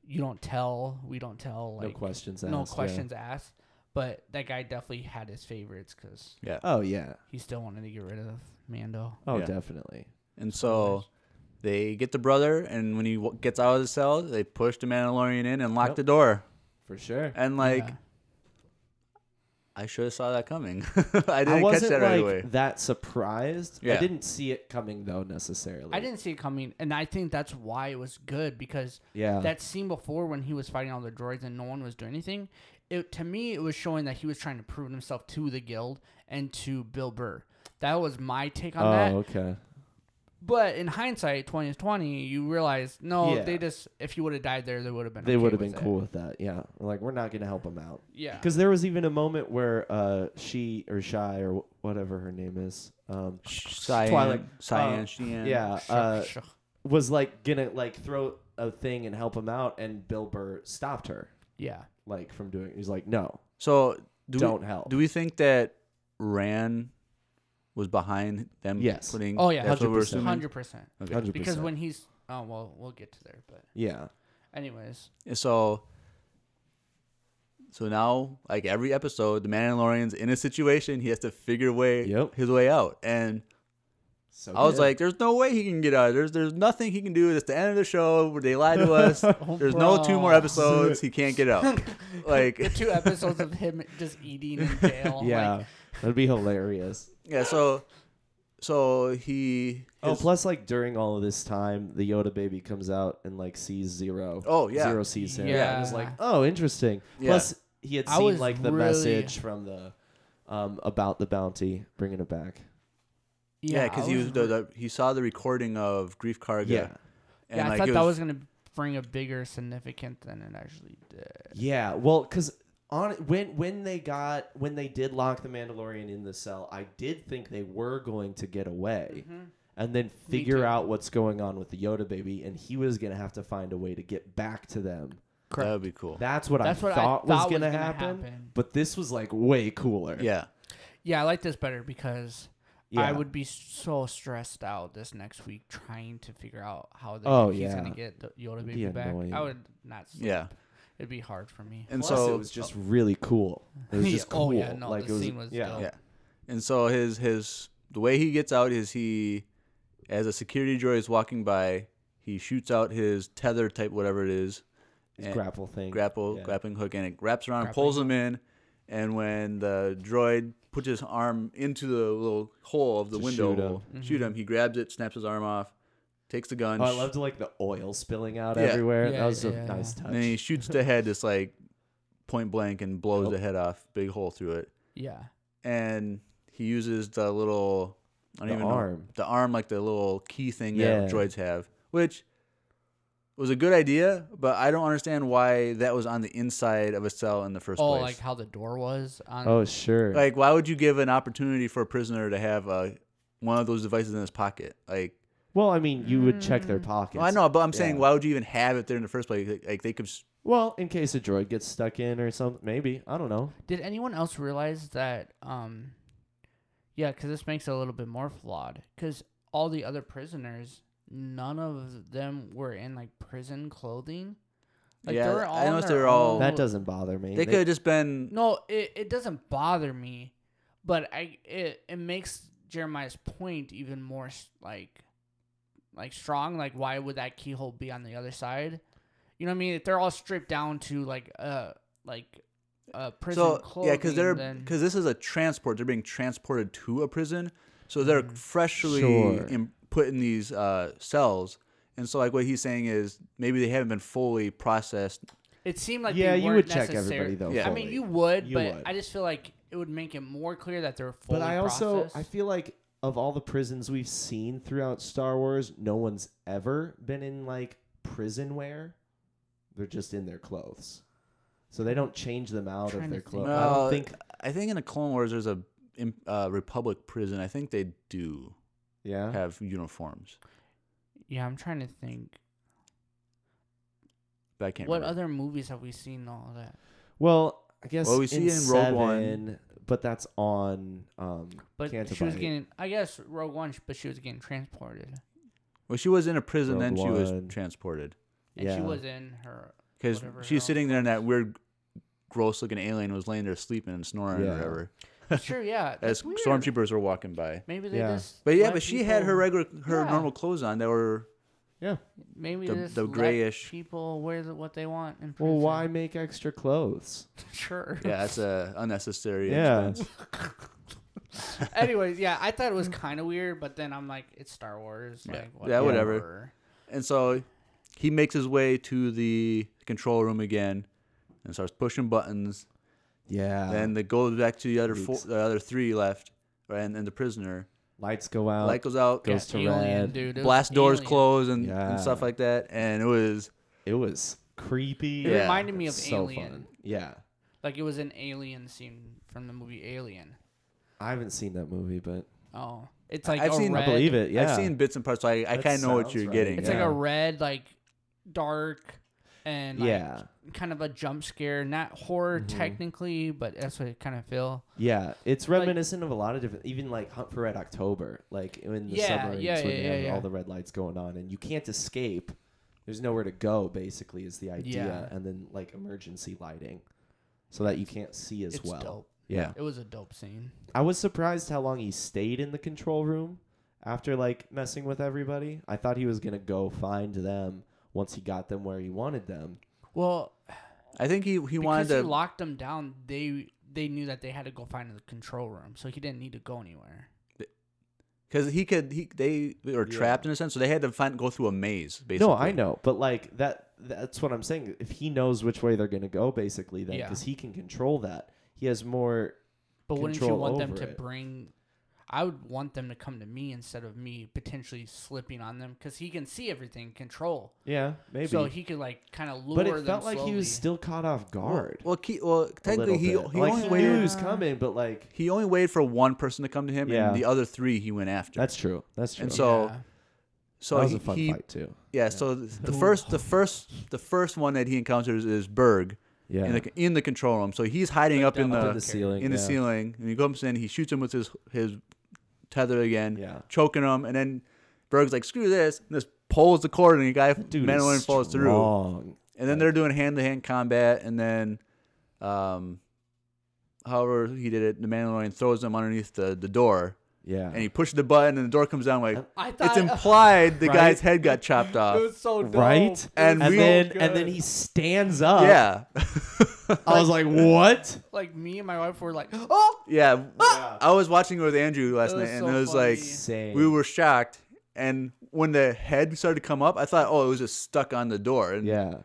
Speaker 1: you don't tell we don't tell like
Speaker 3: no questions asked.
Speaker 1: no
Speaker 3: yeah.
Speaker 1: questions asked. But that guy definitely had his favorites because
Speaker 3: Oh yeah.
Speaker 1: he still wanted to get rid of Mando.
Speaker 3: Oh
Speaker 2: Yeah.
Speaker 3: definitely.
Speaker 2: And so they get the brother, and when he w- gets out of the cell, they push the Mandalorian in and lock
Speaker 3: Yep.
Speaker 2: the door.
Speaker 3: For sure.
Speaker 2: And like,
Speaker 1: Yeah.
Speaker 2: I should have saw that coming. I didn't catch
Speaker 3: wasn't
Speaker 2: that
Speaker 3: like
Speaker 2: right away.
Speaker 3: that surprised. I
Speaker 2: Yeah.
Speaker 3: didn't see it coming though necessarily.
Speaker 1: I didn't see it coming, and I think that's why it was good because
Speaker 3: Yeah.
Speaker 1: that scene before when he was fighting all the droids and no one was doing anything, it to me it was showing that he was trying to prove himself to the guild and to Bill Burr. That was my take on
Speaker 3: oh
Speaker 1: that.
Speaker 3: okay.
Speaker 1: But in hindsight, twenty is twenty. You realize no,
Speaker 3: Yeah.
Speaker 1: they just if you would have died there, they would have been.
Speaker 3: they
Speaker 1: okay
Speaker 3: would have
Speaker 1: with
Speaker 3: been
Speaker 1: it.
Speaker 3: cool with that. Yeah, like we're not gonna help him out
Speaker 1: Yeah,
Speaker 3: because there was even a moment where uh, she or shy or wh- whatever her name is, um,
Speaker 2: Cyan,
Speaker 3: Twilight.
Speaker 2: Cyan,
Speaker 3: Uh,
Speaker 2: Sheehan.
Speaker 3: yeah,
Speaker 1: Sure,
Speaker 3: uh,
Speaker 1: sure.
Speaker 3: was like gonna like throw a thing and help him out, and Bill Burr stopped her
Speaker 1: yeah.
Speaker 3: like from doing. He's like, no,
Speaker 2: So do
Speaker 3: don't
Speaker 2: we,
Speaker 3: help.
Speaker 2: Do we think that Ran was behind them?
Speaker 3: Yes.
Speaker 2: Putting.
Speaker 1: Oh yeah,
Speaker 2: That's what we're assuming.
Speaker 1: hundred percent.
Speaker 2: Okay.
Speaker 3: Hundred
Speaker 1: Because
Speaker 3: percent.
Speaker 1: when he's oh well, we'll get to there. But
Speaker 3: yeah,
Speaker 1: anyways,
Speaker 2: And so. So now, like every episode, the Mandalorian's in a situation he has to figure way
Speaker 3: Yep.
Speaker 2: his way out, and
Speaker 3: so
Speaker 2: I was
Speaker 3: good.
Speaker 2: like, "There's no way he can get out. There's there's nothing he can do. It's the end of the show. where They lied to us. There's no two more
Speaker 1: bro.
Speaker 2: episodes. He can't get out.
Speaker 1: the
Speaker 2: Like
Speaker 1: two episodes of him just eating in jail.
Speaker 3: yeah,
Speaker 1: like,
Speaker 3: that'd be hilarious.
Speaker 2: yeah. So so he.
Speaker 3: Oh,
Speaker 2: his-
Speaker 3: plus like during all of this time, the Yoda baby comes out and like sees zero.
Speaker 2: Oh, yeah.
Speaker 3: zero sees him.
Speaker 1: Yeah.
Speaker 3: and is like, oh, interesting.
Speaker 2: Yeah.
Speaker 3: Plus, he had
Speaker 1: I
Speaker 3: seen
Speaker 1: was
Speaker 3: like the
Speaker 1: really-
Speaker 3: message from the um about the bounty, bringing it back.
Speaker 2: yeah,
Speaker 1: I
Speaker 2: because he was the, the, he saw the recording of Grief Karga.
Speaker 3: Yeah,
Speaker 2: and
Speaker 1: yeah, I
Speaker 2: like
Speaker 1: thought
Speaker 2: it
Speaker 1: that was gonna bring a bigger significance than it actually did.
Speaker 3: yeah. Well, because on when when they got when they did lock the Mandalorian in the cell, I did think they were going to get away. And then figure
Speaker 1: Mm-hmm. too.
Speaker 3: out what's going on with the Yoda baby, and he was gonna have to find a way to get back to them.
Speaker 2: that would be cool.
Speaker 3: That's what,
Speaker 1: That's
Speaker 3: I,
Speaker 1: what I
Speaker 3: thought was
Speaker 1: thought was
Speaker 3: gonna
Speaker 1: gonna
Speaker 3: happen,
Speaker 1: happen.
Speaker 3: But this was like way cooler.
Speaker 2: yeah,
Speaker 1: Yeah, I like this better because
Speaker 3: Yeah.
Speaker 1: I would be so stressed out this next week trying to figure out how the
Speaker 3: Oh,
Speaker 1: heck he's
Speaker 3: yeah.
Speaker 1: gonna get the Yoda
Speaker 3: be
Speaker 1: baby back.
Speaker 3: annoying.
Speaker 1: I would not. Sleep.
Speaker 2: yeah.
Speaker 1: It'd be hard for me.
Speaker 2: And
Speaker 3: Plus,
Speaker 2: so
Speaker 3: it was just really cool. It was
Speaker 1: Yeah,
Speaker 3: just cool.
Speaker 1: oh, yeah, no,
Speaker 3: like
Speaker 1: the
Speaker 3: it was,
Speaker 1: scene was
Speaker 3: yeah.
Speaker 1: dope.
Speaker 2: Yeah. And so his his the way he gets out is he as a security droid is walking by, he shoots out his tether type whatever it is,
Speaker 3: His
Speaker 2: and-
Speaker 3: grapple thing.
Speaker 2: grapple
Speaker 3: Yeah.
Speaker 2: grappling hook and it wraps around and
Speaker 1: Grappling
Speaker 2: pulls him in and when the droid puts his arm into the little hole of the
Speaker 3: To
Speaker 2: window
Speaker 3: shoot him. Mm-hmm.
Speaker 2: hole, shoot him, he grabs it, snaps his arm off, takes the gun,
Speaker 3: Oh, I
Speaker 2: sh-
Speaker 3: loved like the oil spilling out
Speaker 2: Yeah.
Speaker 3: everywhere.
Speaker 1: Yeah,
Speaker 3: that was a
Speaker 1: yeah.
Speaker 3: nice touch.
Speaker 2: and then he shoots the head just like point blank and blows the head off, big hole through it.
Speaker 1: Yeah.
Speaker 2: and he uses the little I don't
Speaker 3: The
Speaker 2: even know
Speaker 3: arm.
Speaker 2: the arm like the little key thing
Speaker 3: Yeah.
Speaker 2: that droids have, which was a good idea, but I don't understand why that was on the inside of a cell in the first
Speaker 1: Oh,
Speaker 2: place.
Speaker 1: like how the door was on.
Speaker 3: oh sure.
Speaker 2: Like, why would you give an opportunity for a prisoner to have uh one of those devices in his pocket? Like,
Speaker 3: well, I mean, you would check
Speaker 1: Mm.
Speaker 3: their pockets.
Speaker 2: well, I know, but I'm saying,
Speaker 3: yeah.
Speaker 2: why would you even have it there in the first place? Like, like, they could. s-
Speaker 3: Well, in case a droid gets stuck in or something, maybe I don't know.
Speaker 1: Did anyone else realize that? Um, yeah, because this makes it a little bit more flawed. Because all the other prisoners, none of them were in like prison clothing. Like,
Speaker 2: Yeah,
Speaker 1: they were
Speaker 2: I
Speaker 1: all in
Speaker 2: noticed
Speaker 1: their
Speaker 2: they were all-
Speaker 1: own-
Speaker 3: That doesn't bother me.
Speaker 2: Oh. They, could have just been.
Speaker 1: No, it, it doesn't bother me, but I it it makes Jeremiah's point even more s- like like strong. Like, why would that keyhole be on the other side? You know what I mean? If they're all stripped down to like uh like uh prison
Speaker 2: So
Speaker 1: clothing,
Speaker 2: yeah, because they're
Speaker 1: then-
Speaker 2: because this is a transport. They're being transported to a prison, so they're
Speaker 1: Mm.
Speaker 2: freshly
Speaker 3: Sure.
Speaker 2: in, put in these uh, cells. And so, like what he's saying is maybe they haven't been fully processed.
Speaker 1: It seemed like
Speaker 3: yeah,
Speaker 1: they
Speaker 3: you
Speaker 1: weren't
Speaker 3: would check
Speaker 1: necessar-
Speaker 3: everybody though.
Speaker 2: Yeah.
Speaker 1: I
Speaker 3: fully.
Speaker 1: mean, you would,
Speaker 3: You
Speaker 1: but
Speaker 3: would.
Speaker 1: I just feel like it would make it more clear that they're fully
Speaker 3: But I also I
Speaker 1: processed.
Speaker 3: feel like of all the prisons we've seen throughout Star Wars, no one's ever been in like prison wear. They're just in their clothes, so they don't change them out
Speaker 1: Trying
Speaker 3: of
Speaker 1: to
Speaker 3: their
Speaker 1: think.
Speaker 3: clothes. I
Speaker 2: No,
Speaker 3: don't think.
Speaker 2: Uh, I think in the Clone Wars, there's a im- uh, Republic prison. I think they do
Speaker 3: Yeah.
Speaker 2: have uniforms,
Speaker 1: yeah, I'm trying to think.
Speaker 2: but I can't.
Speaker 1: What
Speaker 2: remember.
Speaker 1: other movies have we seen all that?
Speaker 3: Well, I guess.
Speaker 2: Well, we see
Speaker 3: in
Speaker 2: in Rogue One-
Speaker 3: Seven, but that's on. Um,
Speaker 1: But she was
Speaker 3: Cantabite.
Speaker 1: getting, I guess, Rogue One, sh- but she was getting transported,
Speaker 2: Well, she was in a prison, then
Speaker 3: Rogue
Speaker 2: she was
Speaker 3: One.
Speaker 2: transported
Speaker 1: and
Speaker 3: yeah.
Speaker 1: she was in her.
Speaker 2: because
Speaker 1: Whatever
Speaker 2: she was
Speaker 1: hell
Speaker 2: sitting there, and that weird, gross-looking alien was laying there sleeping and snoring
Speaker 3: Yeah.
Speaker 2: or whatever.
Speaker 1: Sure, yeah,
Speaker 2: As
Speaker 1: that's weird.
Speaker 2: stormtroopers were walking by.
Speaker 1: Maybe they
Speaker 3: Yeah.
Speaker 1: just.
Speaker 2: But yeah,
Speaker 1: let
Speaker 2: but she had her
Speaker 1: people-
Speaker 2: regular, her
Speaker 1: Yeah.
Speaker 2: normal clothes on that were
Speaker 3: yeah.
Speaker 1: Maybe
Speaker 2: the-
Speaker 1: they just
Speaker 2: the
Speaker 1: let
Speaker 2: grayish-
Speaker 1: people wear the, what they want. In
Speaker 3: Well,
Speaker 1: prison.
Speaker 3: why make extra clothes?
Speaker 1: Sure.
Speaker 2: yeah, that's a unnecessary.
Speaker 3: uh, Yeah.
Speaker 2: expense.
Speaker 1: Anyways, yeah, I thought it was kind of weird, but then I'm like, it's Star Wars.
Speaker 2: Yeah.
Speaker 1: Like,
Speaker 2: Yeah, whatever. And so he makes his way to the control room again and starts pushing buttons.
Speaker 3: Yeah.
Speaker 2: then they go back to the other four,
Speaker 3: Leaks.
Speaker 2: the other three left, right? And, and the prisoner.
Speaker 3: lights go out.
Speaker 2: Light goes out,
Speaker 3: Oh. Goes to
Speaker 1: alien,
Speaker 3: red.
Speaker 1: Dude, It was
Speaker 2: blast doors
Speaker 1: alien.
Speaker 2: close, and,
Speaker 3: Yeah.
Speaker 2: and stuff like that. And it was
Speaker 3: it was creepy.
Speaker 1: It
Speaker 2: Yeah.
Speaker 1: reminded me of
Speaker 3: so
Speaker 1: Alien.
Speaker 3: fun. Yeah.
Speaker 1: Like it was an alien scene from the movie Alien.
Speaker 3: I haven't seen that movie, but
Speaker 1: Oh, it's like
Speaker 2: I've
Speaker 1: a
Speaker 2: seen- I
Speaker 1: red,
Speaker 3: I believe it. Yeah.
Speaker 2: I've seen bits and parts, so I, I
Speaker 3: That
Speaker 2: kind of know what
Speaker 3: sounds
Speaker 2: you're
Speaker 3: right.
Speaker 2: getting.
Speaker 1: It's
Speaker 2: yeah.
Speaker 1: like
Speaker 3: Yeah.
Speaker 1: a red, like dark, and like,
Speaker 3: yeah. Mm-hmm.
Speaker 1: kind of a jump scare. Not horror technically, but that's what it kind of feel.
Speaker 3: Yeah. It's reminiscent of a lot of different even like Hunt for Red October, like in the
Speaker 1: Yeah,
Speaker 3: submarines
Speaker 1: yeah,
Speaker 3: when
Speaker 1: yeah,
Speaker 3: they
Speaker 1: yeah,
Speaker 3: have
Speaker 1: yeah.
Speaker 3: all the red lights going on and you can't escape. There's nowhere to go, basically, is the idea.
Speaker 1: Yeah.
Speaker 3: And then like emergency lighting. So that you can't see as
Speaker 1: it's
Speaker 3: well.
Speaker 1: dope.
Speaker 3: Yeah.
Speaker 1: It was a dope scene.
Speaker 3: I was surprised how long he stayed in the control room after like messing with everybody. I thought he was gonna go find them once he got them where he wanted them.
Speaker 1: Well,
Speaker 2: I think he he wanted
Speaker 1: because
Speaker 2: to
Speaker 1: he locked them down, they they knew that they had to go find the control room, so he didn't need to go anywhere.
Speaker 2: because he could he they were
Speaker 3: Yeah.
Speaker 2: trapped in a sense, so they had to find go through a maze. Basically,
Speaker 3: No, I know, but like that—that's what I'm saying. If he knows which way they're gonna go, basically, then
Speaker 1: Yeah.
Speaker 3: because he can control that, he has more.
Speaker 1: But wouldn't you
Speaker 3: Control
Speaker 1: want them
Speaker 3: over
Speaker 1: to
Speaker 3: it.
Speaker 1: bring? I would want them to come to me instead of me potentially slipping on them because he can see everything, control.
Speaker 3: Yeah, maybe.
Speaker 1: So he could like kind of lure
Speaker 3: but
Speaker 1: them
Speaker 3: it felt like
Speaker 1: slowly.
Speaker 3: he was still caught off guard.
Speaker 2: Well, ke- well,
Speaker 3: a little
Speaker 2: technically he he
Speaker 3: bit. like
Speaker 2: only
Speaker 3: he
Speaker 2: waited.
Speaker 3: knew he was coming, but like
Speaker 2: he only waited for one person to come to him,
Speaker 3: Yeah.
Speaker 2: and the other three he went after.
Speaker 3: that's true. That's true.
Speaker 2: And so-
Speaker 1: Yeah.
Speaker 2: so
Speaker 3: that was
Speaker 2: he,
Speaker 3: a fun
Speaker 2: he-
Speaker 3: fight too.
Speaker 2: yeah. So th- the first, the first, the first one that he encounters is Berg
Speaker 3: Yeah,
Speaker 2: in the in the control room. So he's hiding
Speaker 1: Like
Speaker 2: up in
Speaker 1: down
Speaker 2: the
Speaker 3: up in the ceiling.
Speaker 2: in the
Speaker 3: yeah.
Speaker 2: ceiling, and he comes in. He shoots him with his his tether again,
Speaker 3: Yeah.
Speaker 2: choking him, and then Berg's like, "Screw this!" and just pulls the cord, and the guy
Speaker 3: Dude,
Speaker 2: Mandalorian
Speaker 3: is
Speaker 2: falls through.
Speaker 3: strong.
Speaker 2: And then they're doing hand to hand combat, and then, um, however he did it, the Mandalorian throws him underneath the, the door,
Speaker 3: Yeah.
Speaker 2: and he pushed the button, and the door comes down. Like
Speaker 1: I
Speaker 2: it's
Speaker 1: thought
Speaker 2: implied the
Speaker 3: Right?
Speaker 2: guy's head got chopped
Speaker 1: it
Speaker 2: off.
Speaker 1: was so dope.
Speaker 3: Right?
Speaker 2: And
Speaker 3: and
Speaker 2: we-
Speaker 3: then and then he stands up.
Speaker 2: Yeah,
Speaker 3: I was like, what?
Speaker 1: like me and my wife were like, oh,
Speaker 2: yeah.
Speaker 3: Yeah.
Speaker 2: I was watching it with Andrew last
Speaker 1: It was
Speaker 2: night, and
Speaker 1: so
Speaker 2: it was
Speaker 1: funny.
Speaker 2: like
Speaker 3: Insane.
Speaker 2: we were shocked. And when the head started to come up, I thought, oh, it was just stuck on the door. And
Speaker 3: Yeah.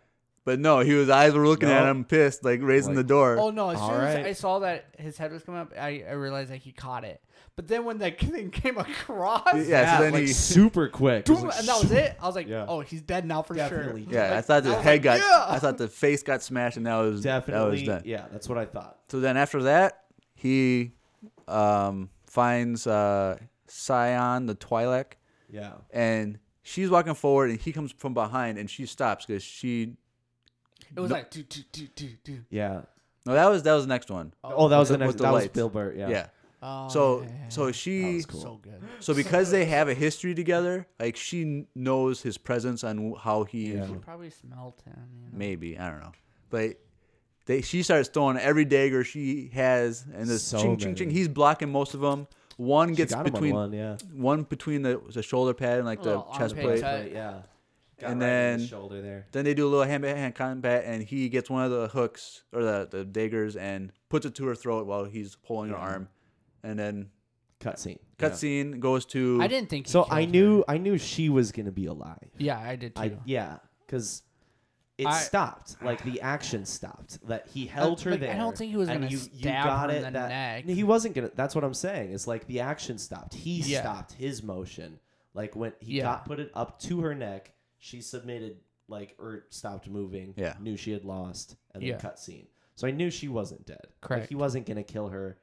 Speaker 2: But no, he was eyes were looking at
Speaker 3: No.
Speaker 2: him, pissed, like raising
Speaker 3: Like-
Speaker 2: the door.
Speaker 1: oh no! As
Speaker 3: All
Speaker 1: soon
Speaker 3: right.
Speaker 1: as I saw that his head was coming up, I, I realized that he caught it. But then when that thing came across,
Speaker 2: yeah,
Speaker 3: Yeah,
Speaker 2: so then
Speaker 3: like
Speaker 2: he,
Speaker 3: super quick. It
Speaker 1: boom, and that was
Speaker 3: super-
Speaker 1: it. I was like,
Speaker 3: Yeah.
Speaker 1: oh, he's dead now for
Speaker 3: Definitely.
Speaker 1: sure.
Speaker 2: yeah, I
Speaker 1: Like,
Speaker 2: thought the
Speaker 1: was
Speaker 2: head
Speaker 1: like,
Speaker 2: got,
Speaker 1: yeah.
Speaker 2: I thought the face got smashed, and that was that was
Speaker 3: Definitely.
Speaker 2: done.
Speaker 3: yeah, that's what I thought.
Speaker 2: So then after that, he um, finds uh, Scion the Twi'lek,
Speaker 3: Yeah.
Speaker 2: and she's walking forward, and he comes from behind, and she stops because she.
Speaker 1: It was
Speaker 2: No-
Speaker 1: like do do do do do.
Speaker 3: Yeah.
Speaker 2: No, that was that was the next one.
Speaker 3: Oh, that was
Speaker 2: With
Speaker 3: the
Speaker 2: the-
Speaker 3: next.
Speaker 2: with the
Speaker 3: that was
Speaker 2: lights.
Speaker 3: Bill Burr.
Speaker 2: Yeah.
Speaker 3: Yeah.
Speaker 1: Oh,
Speaker 2: So
Speaker 1: yeah, yeah, yeah.
Speaker 2: so she
Speaker 3: was cool.
Speaker 1: so good.
Speaker 2: so because they have a history together, like she kn- knows his presence on how he
Speaker 3: Yeah.
Speaker 1: She probably smelled him. You know?
Speaker 2: maybe I don't know, but they she starts throwing every dagger she has, and this
Speaker 3: So
Speaker 2: ching ching
Speaker 3: many.
Speaker 2: ching. He's blocking most of them. One
Speaker 3: She
Speaker 2: gets
Speaker 3: got him on
Speaker 2: between one.
Speaker 3: one. Yeah.
Speaker 2: between the, the shoulder pad and like the
Speaker 1: Little
Speaker 2: chest
Speaker 1: armpit
Speaker 2: plate.
Speaker 1: touch.
Speaker 3: Right, yeah.
Speaker 2: And then-
Speaker 3: his shoulder there.
Speaker 2: Then they do a little hand to hand combat, and he gets one of the hooks or the, the daggers and puts it to her throat while he's pulling her
Speaker 3: Yeah.
Speaker 2: arm, and then
Speaker 3: Cutscene. Yeah.
Speaker 2: cutscene goes to
Speaker 1: I didn't think. He
Speaker 3: So I
Speaker 1: killed
Speaker 3: knew
Speaker 1: her.
Speaker 3: I knew she was gonna be alive.
Speaker 1: Yeah, I did too.
Speaker 3: I yeah, because it
Speaker 1: I- Uh,
Speaker 3: stopped. Like the action stopped. That he held her
Speaker 1: like, I
Speaker 3: there.
Speaker 1: don't think he was
Speaker 3: and
Speaker 1: gonna
Speaker 3: you, you
Speaker 1: stab
Speaker 3: got
Speaker 1: her in
Speaker 3: it
Speaker 1: the
Speaker 3: that,
Speaker 1: neck.
Speaker 3: No, He wasn't gonna. That's what I'm saying. It's like the action stopped. He
Speaker 1: Yeah.
Speaker 3: stopped his motion. Like when he
Speaker 1: Yeah.
Speaker 3: got put it up to her neck, she submitted like or stopped moving.
Speaker 2: Yeah.
Speaker 3: knew she had lost, and then
Speaker 1: Yeah.
Speaker 3: cutscene. So I knew she wasn't dead. Like,
Speaker 1: Correct.
Speaker 3: he wasn't gonna kill her.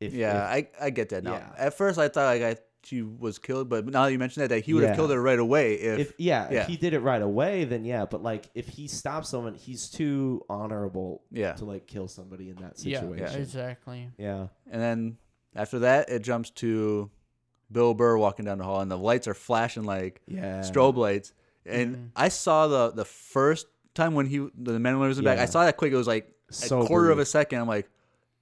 Speaker 3: If
Speaker 2: yeah.
Speaker 3: if-
Speaker 2: I, I get that now.
Speaker 3: Yeah.
Speaker 2: At first, I thought like I, she was killed, but now that you mentioned that, that he would have
Speaker 3: Yeah.
Speaker 2: killed her right away if,
Speaker 3: if yeah,
Speaker 2: yeah.
Speaker 3: if he did it right away, then yeah. But like, if he stops someone, he's too honorable
Speaker 2: yeah.
Speaker 3: to like kill somebody in that
Speaker 1: Yeah,
Speaker 3: situation.
Speaker 1: exactly.
Speaker 3: Yeah,
Speaker 2: And then after that, it jumps to Bill Burr walking down the hall, and the lights are flashing like
Speaker 3: yeah. Mm-hmm.
Speaker 2: strobe lights. And
Speaker 1: Mhm.
Speaker 2: I saw the the first time when he the Mandalorian was in back. I
Speaker 3: Yeah.
Speaker 2: saw that quick. It was like
Speaker 3: So
Speaker 2: a quarter of
Speaker 3: brief.
Speaker 2: a second. I'm like,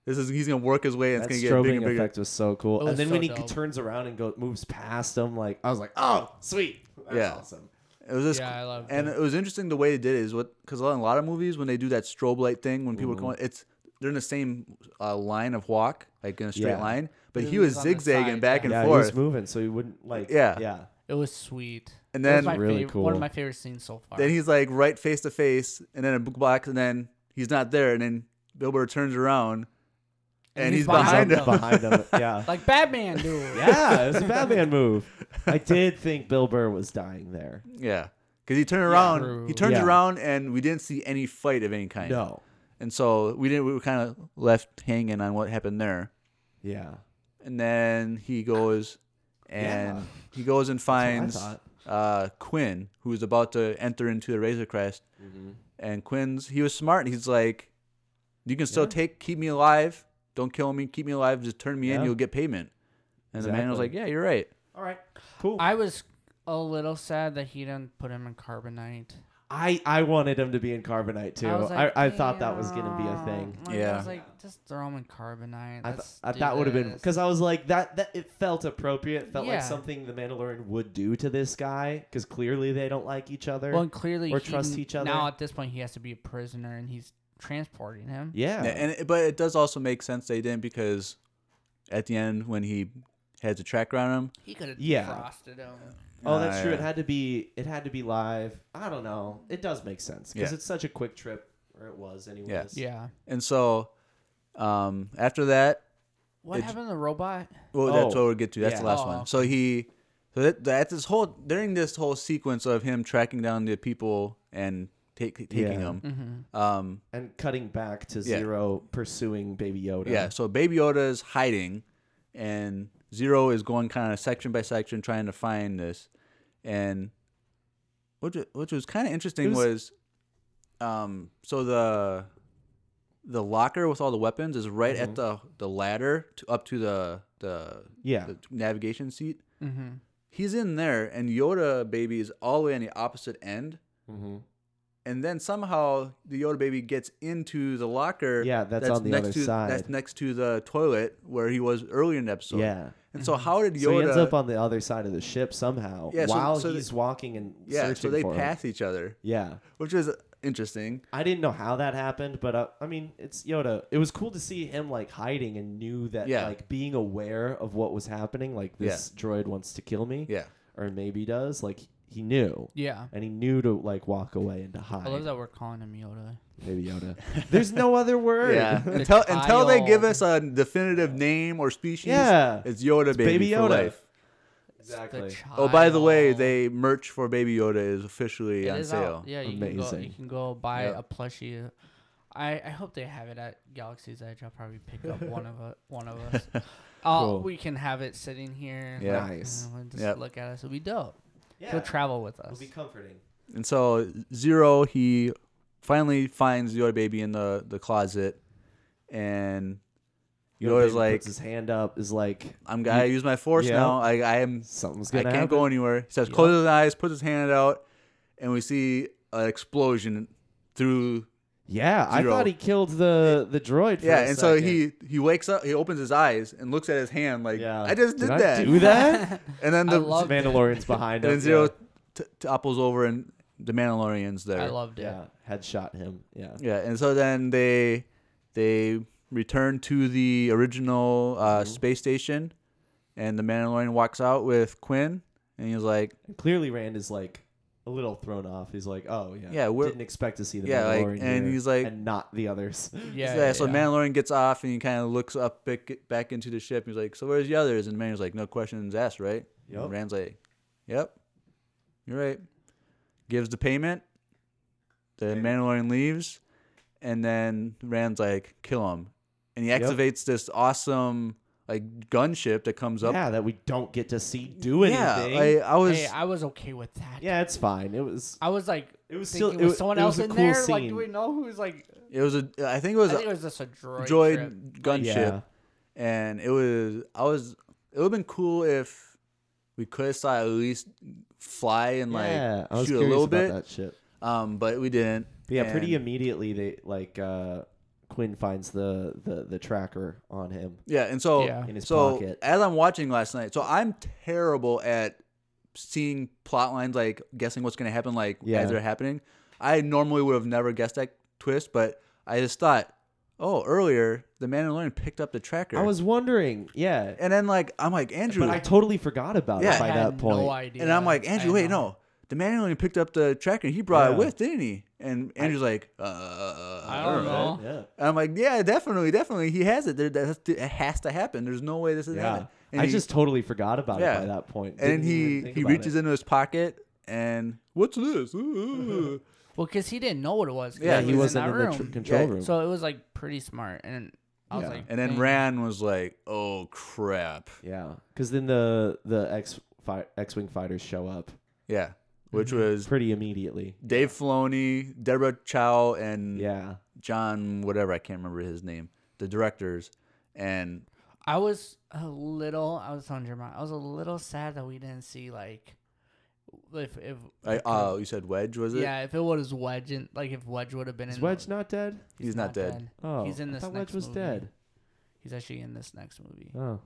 Speaker 2: this is he's gonna work his way, and
Speaker 3: That
Speaker 2: it's gonna get bigger
Speaker 3: strobing
Speaker 2: and bigger.
Speaker 3: effect was so cool.
Speaker 1: It
Speaker 3: Oh, and
Speaker 1: was
Speaker 3: then
Speaker 1: so
Speaker 3: when he
Speaker 1: dope.
Speaker 3: turns around and goes moves past him, like I was like, oh, sweet, that's
Speaker 2: Yeah.
Speaker 3: awesome.
Speaker 2: It was just,
Speaker 1: Yeah, I loved
Speaker 2: and
Speaker 1: it.
Speaker 2: it was interesting the way they did it is what because in a lot of movies when they do that strobe light thing when people are going, it's they're in the same uh, line of walk, like in a straight
Speaker 3: Yeah.
Speaker 2: line. But
Speaker 1: He
Speaker 2: he
Speaker 1: was
Speaker 2: was
Speaker 1: on the
Speaker 2: zigzagging
Speaker 1: side,
Speaker 2: back
Speaker 1: yeah.
Speaker 2: and
Speaker 3: yeah, he
Speaker 2: forth.
Speaker 3: was moving, so he wouldn't like.
Speaker 2: Yeah.
Speaker 3: yeah,
Speaker 1: It was sweet.
Speaker 2: And
Speaker 1: It was
Speaker 2: then
Speaker 1: my
Speaker 3: Really
Speaker 1: fav- One of
Speaker 3: cool.
Speaker 1: my favorite scenes so far.
Speaker 2: Then he's like right face to face, and then a book box, and then he's not there, and then Bilbo turns around, and, he's, behind,
Speaker 1: him.
Speaker 2: him.
Speaker 3: behind him. Yeah,
Speaker 1: like Batman, dude.
Speaker 3: yeah, it was a Batman move. I did think Bill Burr was dying there.
Speaker 2: yeah, because he turned around.
Speaker 1: True.
Speaker 2: He turns
Speaker 3: Yeah.
Speaker 2: around, and we didn't see any fight of any kind.
Speaker 3: No,
Speaker 2: and so we didn't. We were kind of left hanging on what happened there,
Speaker 3: yeah,
Speaker 2: and then he goes, and
Speaker 3: Yeah.
Speaker 2: he goes and finds
Speaker 3: thought.
Speaker 2: uh, Quinn, who is about to enter into the Razor Crest,
Speaker 3: Mm-hmm.
Speaker 2: and Quinn's he was smart. He's like, you can still
Speaker 3: Yeah.
Speaker 2: take, keep me alive. Don't kill me. Keep me alive. Just turn me in.
Speaker 3: Yeah.
Speaker 2: You'll get payment. And the man was
Speaker 3: Exactly.
Speaker 2: like, yeah, you're right.
Speaker 3: All right, cool.
Speaker 1: I was a little sad that he didn't put him in carbonite.
Speaker 3: I I wanted him to be in Carbonite too.
Speaker 1: I,
Speaker 3: I,
Speaker 1: was like,
Speaker 3: I, thought that was gonna be a
Speaker 1: "Damn."
Speaker 3: thing.
Speaker 1: Like, I
Speaker 2: Yeah.
Speaker 1: was like, just throw him in carbonite.
Speaker 3: I, th-
Speaker 1: Let's
Speaker 3: I
Speaker 1: do
Speaker 3: that would have been
Speaker 1: this.
Speaker 3: because I was like that that it felt appropriate. It felt
Speaker 1: Yeah.
Speaker 3: like something the Mandalorian would do to this guy because clearly they don't like each other.
Speaker 1: Well, and clearly,
Speaker 3: or
Speaker 1: he
Speaker 3: trust
Speaker 1: n-
Speaker 3: each other.
Speaker 1: Now at this point, he has to be a prisoner, and he's transporting him.
Speaker 3: yeah,
Speaker 2: And it, but it does also make sense they didn't because at the end when he has a tracker on him,
Speaker 1: He could have
Speaker 3: Yeah.
Speaker 1: frosted him.
Speaker 3: oh, that's true.
Speaker 2: Yeah.
Speaker 3: It had to be it had to be live. I don't know. It does make sense because
Speaker 2: Yeah.
Speaker 3: it's such a quick trip, or it was anyways.
Speaker 1: Yeah.
Speaker 2: and so um, after that,
Speaker 1: What
Speaker 2: It's-
Speaker 1: happened to the robot?
Speaker 2: well, that's
Speaker 3: Oh,
Speaker 2: what we'll get to. That's the
Speaker 3: yeah.
Speaker 2: last
Speaker 1: Oh,
Speaker 2: one.
Speaker 1: okay.
Speaker 2: So he, so that, that's this whole during this whole sequence of him tracking down the people and take, taking
Speaker 3: Yeah.
Speaker 2: them.
Speaker 1: Mm-hmm.
Speaker 2: Um,
Speaker 3: And cutting back to
Speaker 2: Yeah.
Speaker 3: zero, pursuing Baby Yoda.
Speaker 2: Yeah, so Baby Yoda is hiding, and Zero is going kind of section by section trying to find this, and which which was kind of interesting
Speaker 3: It
Speaker 2: was, um, so the the locker with all the weapons is right
Speaker 3: Mm-hmm.
Speaker 2: at the the ladder to, up to the the,
Speaker 3: yeah,
Speaker 2: the navigation seat.
Speaker 1: Mm-hmm.
Speaker 2: He's in there, and Yoda Baby is all the way on the opposite end,
Speaker 3: mm-hmm.
Speaker 2: and then somehow the Yoda baby gets into the locker.
Speaker 3: Yeah, that's on the
Speaker 2: next
Speaker 3: other
Speaker 2: to, That's
Speaker 3: side.
Speaker 2: next to the toilet where he was earlier in the episode.
Speaker 3: yeah.
Speaker 2: And so how did Yoda?
Speaker 3: So he ends up uh, on the other side of the ship somehow
Speaker 2: Yeah, so-
Speaker 3: while
Speaker 2: so they-
Speaker 3: he's walking and
Speaker 2: yeah,
Speaker 3: searching
Speaker 2: so they
Speaker 3: for him.
Speaker 2: pass each other,
Speaker 3: Yeah.
Speaker 2: which is interesting.
Speaker 3: I didn't know how that happened, but uh, I mean, it's Yoda. It was cool to see him like hiding and knew that
Speaker 2: Yeah.
Speaker 3: like being aware of what was happening. Like this droid wants to kill me,
Speaker 2: Yeah,
Speaker 3: or maybe does. Like he knew,
Speaker 1: Yeah.
Speaker 3: and he knew to like walk away and to hide.
Speaker 1: I love that we're calling him Yoda.
Speaker 3: Maybe Yoda. There's no other word.
Speaker 2: yeah.
Speaker 1: The
Speaker 2: until until they
Speaker 1: child.
Speaker 2: give us a definitive name or species,
Speaker 3: Yeah.
Speaker 2: it's Yoda baby,
Speaker 3: Baby
Speaker 2: for
Speaker 3: Yoda.
Speaker 2: life.
Speaker 1: The
Speaker 3: exactly.
Speaker 2: Oh, by the way,
Speaker 1: child.
Speaker 2: they merch for Baby Yoda is officially
Speaker 1: It
Speaker 2: on
Speaker 1: is
Speaker 2: sale.
Speaker 1: out. Yeah, you can, go, you
Speaker 3: Amazing.
Speaker 1: can go buy
Speaker 2: Yeah.
Speaker 1: a plushie. I, I hope they have it at Galaxy's Edge. I'll probably pick up one of us. One of us. Uh,
Speaker 3: Cool.
Speaker 1: We can have it sitting here.
Speaker 2: Yeah.
Speaker 3: Nice.
Speaker 1: uh, just
Speaker 2: Yep.
Speaker 1: look at us. It'll be dope.
Speaker 3: Yeah.
Speaker 1: He'll travel with
Speaker 3: It'll
Speaker 1: us.
Speaker 3: be comforting.
Speaker 2: And so Zero, he finally finds Yoda baby in the the closet, and
Speaker 3: Yoda
Speaker 2: Yoda's
Speaker 3: baby
Speaker 2: like,
Speaker 3: puts his hand up, is like
Speaker 2: "I'm gonna use my force
Speaker 3: Yeah.
Speaker 2: now. I, I am.
Speaker 3: something's
Speaker 2: I
Speaker 3: gonna.
Speaker 2: can't
Speaker 3: happen.
Speaker 2: go anywhere." He says, "Close his eyes." Puts his hand out, and we see an explosion through.
Speaker 3: Yeah, I
Speaker 2: Zero.
Speaker 3: thought he killed the the droid. For
Speaker 2: yeah,
Speaker 3: a
Speaker 2: and so
Speaker 3: second.
Speaker 2: he he wakes up. He opens his eyes and looks at his hand like,
Speaker 3: Yeah.
Speaker 2: "I just did,
Speaker 3: I
Speaker 2: that."
Speaker 3: do that?
Speaker 2: And then
Speaker 1: I
Speaker 2: the
Speaker 1: love- Loved it.
Speaker 3: Mandalorian's behind
Speaker 2: and then
Speaker 3: him.
Speaker 2: Zero
Speaker 3: yeah.
Speaker 2: t- topples over, and the Mandalorian's there.
Speaker 1: I loved it.
Speaker 3: Yeah, headshot him. Yeah.
Speaker 2: Yeah, and so then they they return to the original uh,
Speaker 1: Mm-hmm.
Speaker 2: space station, and the Mandalorian walks out with Quinn, and he's like,
Speaker 3: And clearly Rand is like a little thrown off. He's like, "Oh yeah,
Speaker 2: Yeah, we're-
Speaker 3: didn't expect to see the
Speaker 2: yeah, like,
Speaker 3: Mandalorian
Speaker 2: and
Speaker 3: here
Speaker 2: he's like-
Speaker 3: and not the others."
Speaker 1: Yeah.
Speaker 2: yeah. so
Speaker 1: yeah.
Speaker 2: Mandalorian gets off, and he kind of looks up back, back into the ship. And he's like, so where's the others? And Mandalorian's like, no questions asked, right?
Speaker 3: Yep.
Speaker 2: And Rand's like, yep, you're right. Gives the payment. The Mandalorian leaves, and then Rand's like, kill him, and he
Speaker 3: Yep.
Speaker 2: activates this awesome. Like gunship that comes up
Speaker 3: yeah, that we don't get to see do anything.
Speaker 2: Yeah, I, I was.
Speaker 1: Hey, I was okay with that.
Speaker 3: yeah, it's fine. It was.
Speaker 1: I was like,
Speaker 3: It was
Speaker 1: thinking,
Speaker 3: still.
Speaker 1: was someone else
Speaker 3: was a
Speaker 1: in
Speaker 3: cool
Speaker 1: there?
Speaker 3: Scene.
Speaker 1: Like, do we know who's like?
Speaker 2: it was a. I think
Speaker 1: I
Speaker 2: it was
Speaker 1: think it
Speaker 2: a
Speaker 1: was just a droid. trip.
Speaker 2: droid gunship,
Speaker 3: yeah.
Speaker 2: and it was. I was. It would have been cool if we could have saw at least fly and
Speaker 3: yeah, I
Speaker 2: like
Speaker 3: was
Speaker 2: shoot a
Speaker 3: curious
Speaker 2: little
Speaker 3: about
Speaker 2: bit.
Speaker 3: that shit.
Speaker 2: Um, but we didn't.
Speaker 3: But yeah, pretty
Speaker 2: and-
Speaker 3: immediately they like uh Quinn finds the the the tracker on him.
Speaker 2: Yeah, and so
Speaker 1: Yeah.
Speaker 3: In his
Speaker 2: so
Speaker 3: pocket.
Speaker 2: as I'm watching last night, so I'm terrible at seeing plot lines, like guessing what's going to happen, like
Speaker 3: Yeah.
Speaker 2: as they're happening. I normally would have never guessed that twist, but I just thought, oh, earlier the Mandalorian picked up the tracker.
Speaker 3: I was wondering. Yeah.
Speaker 2: and then like I'm like Andrew,
Speaker 3: But I totally forgot about
Speaker 2: Yeah.
Speaker 3: it by
Speaker 1: I
Speaker 3: that
Speaker 1: had
Speaker 3: point.
Speaker 1: no idea.
Speaker 2: and I'm like
Speaker 1: I
Speaker 2: Andrew,
Speaker 1: had
Speaker 2: wait,
Speaker 1: no-
Speaker 2: no, the Mandalorian picked up the tracker. He brought it
Speaker 3: Yeah.
Speaker 2: with, didn't he? And Andrew's like, uh, I
Speaker 1: don't know.
Speaker 3: Yeah.
Speaker 2: And I'm like, yeah, definitely, definitely, he has it. There, that has to, it has to happen. There's no way this is
Speaker 3: Yeah.
Speaker 2: happening. And
Speaker 3: I
Speaker 2: he-
Speaker 3: just totally forgot about it by that point.
Speaker 2: And he he reaches into his pocket and what's this? Ooh.
Speaker 1: Well, because he didn't know what it was. 'cause
Speaker 2: Yeah,
Speaker 3: Yeah,
Speaker 2: he
Speaker 1: he,
Speaker 3: he
Speaker 1: was in
Speaker 3: wasn't
Speaker 1: that
Speaker 3: in,
Speaker 1: room.
Speaker 3: the tr- control
Speaker 2: Yeah,
Speaker 3: room.
Speaker 1: So it was like pretty smart, and I was
Speaker 3: Yeah.
Speaker 1: like,
Speaker 2: and then
Speaker 1: "Dang."
Speaker 2: Ran was like, "Oh crap!"
Speaker 3: yeah, because then the the X fi- X wing fighters show up
Speaker 2: Yeah, which
Speaker 3: Mm-hmm.
Speaker 2: was
Speaker 3: pretty immediately.
Speaker 2: Dave Filoni, Deborah Chow, and
Speaker 3: Yeah,
Speaker 2: John whatever I can't remember his name, the directors, and
Speaker 1: I was a little. I was telling Jeremiah, I was a little sad that we didn't see like if if
Speaker 2: I,
Speaker 1: if-
Speaker 2: oh, you said Wedge was it?
Speaker 1: yeah if it was Wedge and like if Wedge would have been
Speaker 3: is
Speaker 1: in
Speaker 3: Wedge not dead?
Speaker 2: he's, not, dead.
Speaker 3: Oh,
Speaker 1: He's in
Speaker 3: I
Speaker 1: this
Speaker 3: thought
Speaker 1: next
Speaker 3: Wedge was
Speaker 1: movie.
Speaker 3: dead.
Speaker 1: He's actually in this next movie.
Speaker 3: Oh,